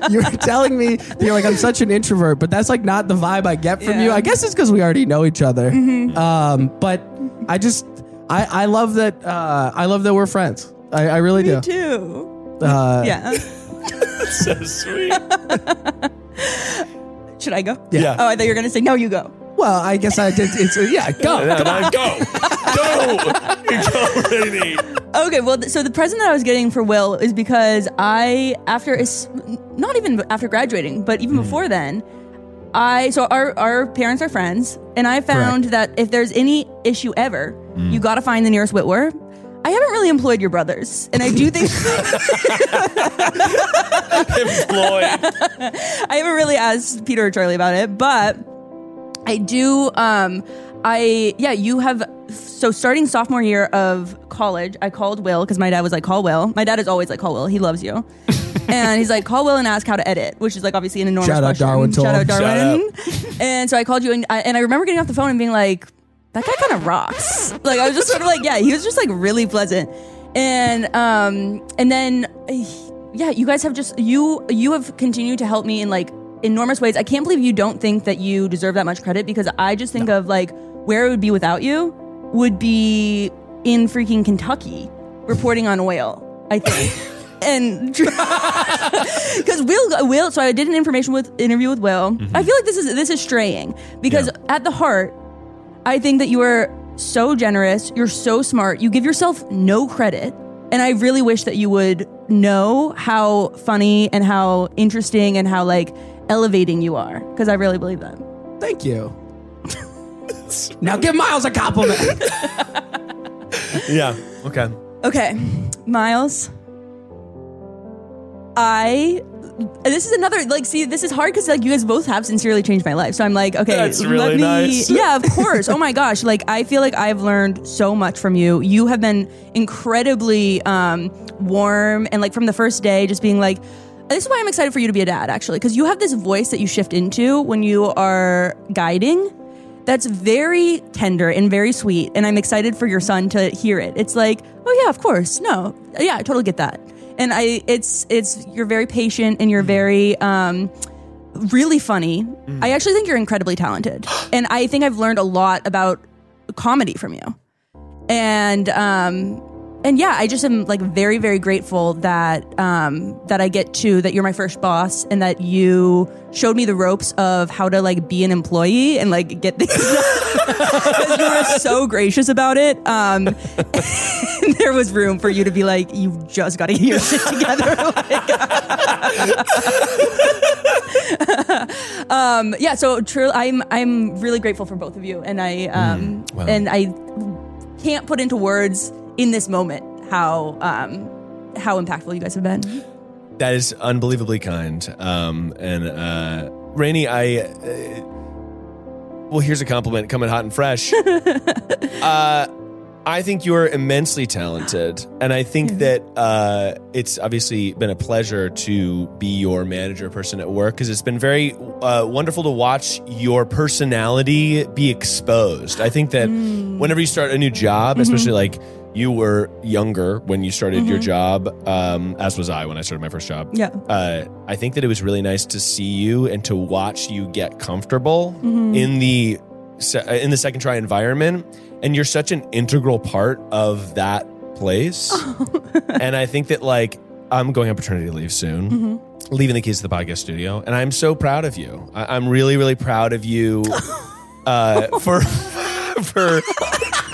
Speaker 3: you were telling me you're like I'm such an introvert, but that's like not the vibe I get from
Speaker 2: Yeah. Mm-hmm.
Speaker 3: you. I guess it's because we already know each other. Um, but I just I I love that uh, I love that we're friends. I, I really do.
Speaker 2: Me too.
Speaker 3: Uh,
Speaker 2: Yeah.
Speaker 1: So sweet.
Speaker 2: Should I go?
Speaker 1: Yeah.
Speaker 2: Oh, I thought you were gonna say no. You go.
Speaker 3: Well, I guess I did. It's yeah. Go.
Speaker 1: And I go, go, go, Rainey.
Speaker 2: Okay, well, th- so the present that I was getting for Will is because I, after, is not even after graduating, but even before then, I, so our, our parents are friends, and I found that if there's any issue ever, you gotta find the nearest Whitwer. I haven't really employed your brothers, and I do think
Speaker 1: Employed.
Speaker 2: I haven't really asked Peter or Charlie about it, but I do. Um, I yeah, you have. So starting sophomore year of college, I called Will because my dad was like, "Call Will." My dad is always like, "Call Will." He loves you, and he's like, "Call Will and ask how to edit," which is like obviously an enormous
Speaker 3: Shout out
Speaker 2: question.
Speaker 3: Darwin Toll.
Speaker 2: Shout out
Speaker 1: Shout
Speaker 2: Darwin. and so I called you, and I, and I remember getting off the phone and being like, "That guy kind of rocks." like I was just sort of like, "Yeah, he was just like really pleasant," and um, and then yeah, you guys have just you you have continued to help me in like enormous ways. I can't believe you don't think that you deserve that much credit because I just think of like where it would be without you would be in freaking Kentucky reporting on oil. I think. And because Will, Will, so I did an information with interview with Will. I feel like this is this is straying because at the heart, I think that you are so generous. You're so smart. You give yourself no credit. And I really wish that you would know how funny and how interesting and how like elevating you are because I really believe that.
Speaker 3: Thank you. now give Miles a compliment.
Speaker 1: Yeah. Okay.
Speaker 2: Okay, Miles. I this is another like see this is hard because like you guys both have sincerely changed my life so I'm like okay
Speaker 1: That's
Speaker 2: let
Speaker 1: really
Speaker 2: me
Speaker 1: nice.
Speaker 2: yeah of course oh my gosh like I feel like I've learned so much from you you have been incredibly um warm and like from the first day just being like this is why I'm excited for you to be a dad actually because you have this voice that you shift into when you are guiding that's very tender and very sweet and i'm excited for your son to hear it it's like oh yeah of course no yeah i totally get that and i it's it's you're very patient and you're very um really funny i actually think you're incredibly talented and i think i've learned a lot about comedy from you and um and yeah i just am like very very grateful that um that i get to that you're my first boss and that you showed me the ropes of how to like be an employee and like get things done. 'Cause you were so gracious about it um and there was room for you to be like you just gotta get your shit together Like- um yeah so true i'm i'm really grateful for both of you and i um
Speaker 1: Mm, wow.
Speaker 2: and i can't put into words in this moment how um how impactful you guys have been.
Speaker 1: That is unbelievably kind. Um, and uh, Rainey, I. Uh, well, here's a compliment coming hot and fresh. uh, I think you're immensely talented, and I think that uh, it's obviously been a pleasure to be your manager person at work because it's been very uh, wonderful to watch your personality be exposed. I think that
Speaker 2: Mm.
Speaker 1: whenever you start a new job, especially like you were younger when you started your job, um, as was I when I started my first job
Speaker 2: Yeah.
Speaker 1: uh, I think that it was really nice to see you and to watch you get comfortable in the se- uh, in the second try environment, and you're such an integral part of that place. and I think that like I'm going on paternity leave soon. Leaving the keys to the podcast studio, and I'm so proud of you. I- I'm really, really proud of you uh, for for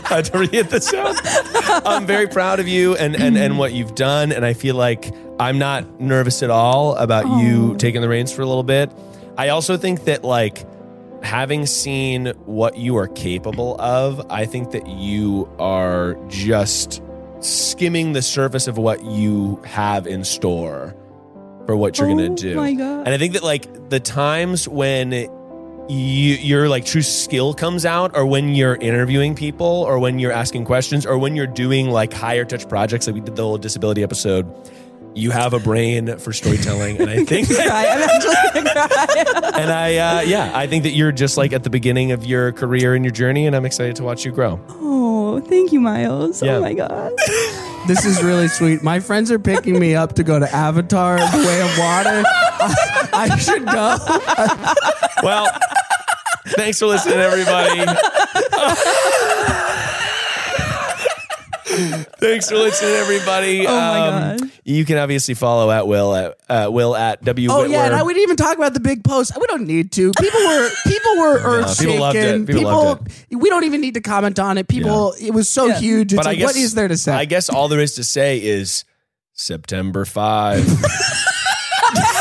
Speaker 1: uh, to read this out. I'm very proud of you and, and and what you've done, and I feel like I'm not nervous at all about you taking the reins for a little bit. I also think that like having seen what you are capable of, I think that you are just skimming the surface of what you have in store for what you're gonna do.
Speaker 2: Oh my God.
Speaker 1: And I think that like the times when you, your like true skill comes out, or when you're interviewing people, or when you're asking questions, or when you're doing like higher touch projects, like we did the whole disability episode. You have a brain for storytelling, and I think that
Speaker 2: Cry. I'm actually gonna cry.
Speaker 1: and I, uh, yeah, I think that you're just like at the beginning of your career and your journey, and I'm excited to watch you grow.
Speaker 2: oh, thank you, Miles.
Speaker 1: Yeah.
Speaker 2: Oh my god.
Speaker 3: This is really sweet. My friends are picking me up to go to Avatar: The Way of Water. I, I should go.
Speaker 1: Well, thanks for listening, everybody. thanks for listening, everybody. Um,
Speaker 2: Oh my God.
Speaker 1: You can obviously follow at Will at uh, Will at W.
Speaker 3: Oh yeah, and I,
Speaker 1: Whitwer.
Speaker 3: we didn't even talk about the big post. We don't need to. People were people were earth shaken.
Speaker 1: people loved it. People loved
Speaker 3: we don't even need to comment on it. People, it was so
Speaker 2: Yeah.
Speaker 3: huge. It's
Speaker 1: But I
Speaker 3: like,
Speaker 1: guess-
Speaker 3: what is there to say?
Speaker 1: I guess all there is to say is September 5.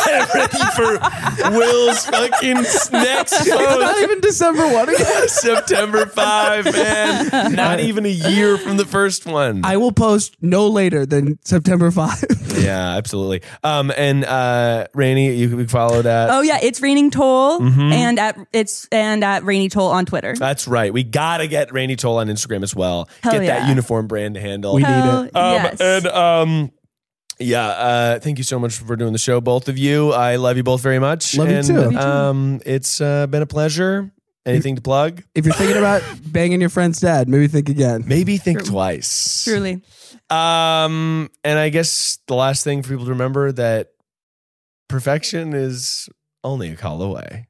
Speaker 1: Get ready for Will's fucking next
Speaker 3: it's
Speaker 1: post.
Speaker 3: not even December one. again.
Speaker 1: September 5, man. Not even a year from the first one.
Speaker 3: I will post no later than September five.
Speaker 1: yeah, absolutely. Um, and uh, Rainey, you can follow that.
Speaker 2: Oh yeah, it's raining toll
Speaker 1: Mm-hmm.
Speaker 2: and at it's and at rainy toll on Twitter.
Speaker 1: That's right. We gotta get Rainey Toll on Instagram as well.
Speaker 2: Hell
Speaker 1: get that
Speaker 2: yeah.
Speaker 1: uniform brand handle.
Speaker 3: We need
Speaker 2: Hell
Speaker 1: Um,
Speaker 3: it.
Speaker 2: Oh, yes.
Speaker 1: And um, yeah, uh, thank you so much for doing the show, both of you. I love you both very much.
Speaker 3: Love you
Speaker 1: and,
Speaker 3: too. Love you too.
Speaker 1: Um, it's uh, been a pleasure. Anything to plug?
Speaker 3: if you're thinking about banging your friend's dad, maybe think again.
Speaker 1: Maybe think twice.
Speaker 2: Truly.
Speaker 1: Um, and I guess the last thing for people to remember that perfection is only a call away.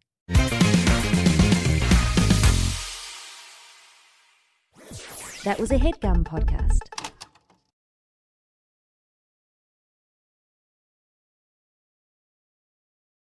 Speaker 7: That was a headgum podcast.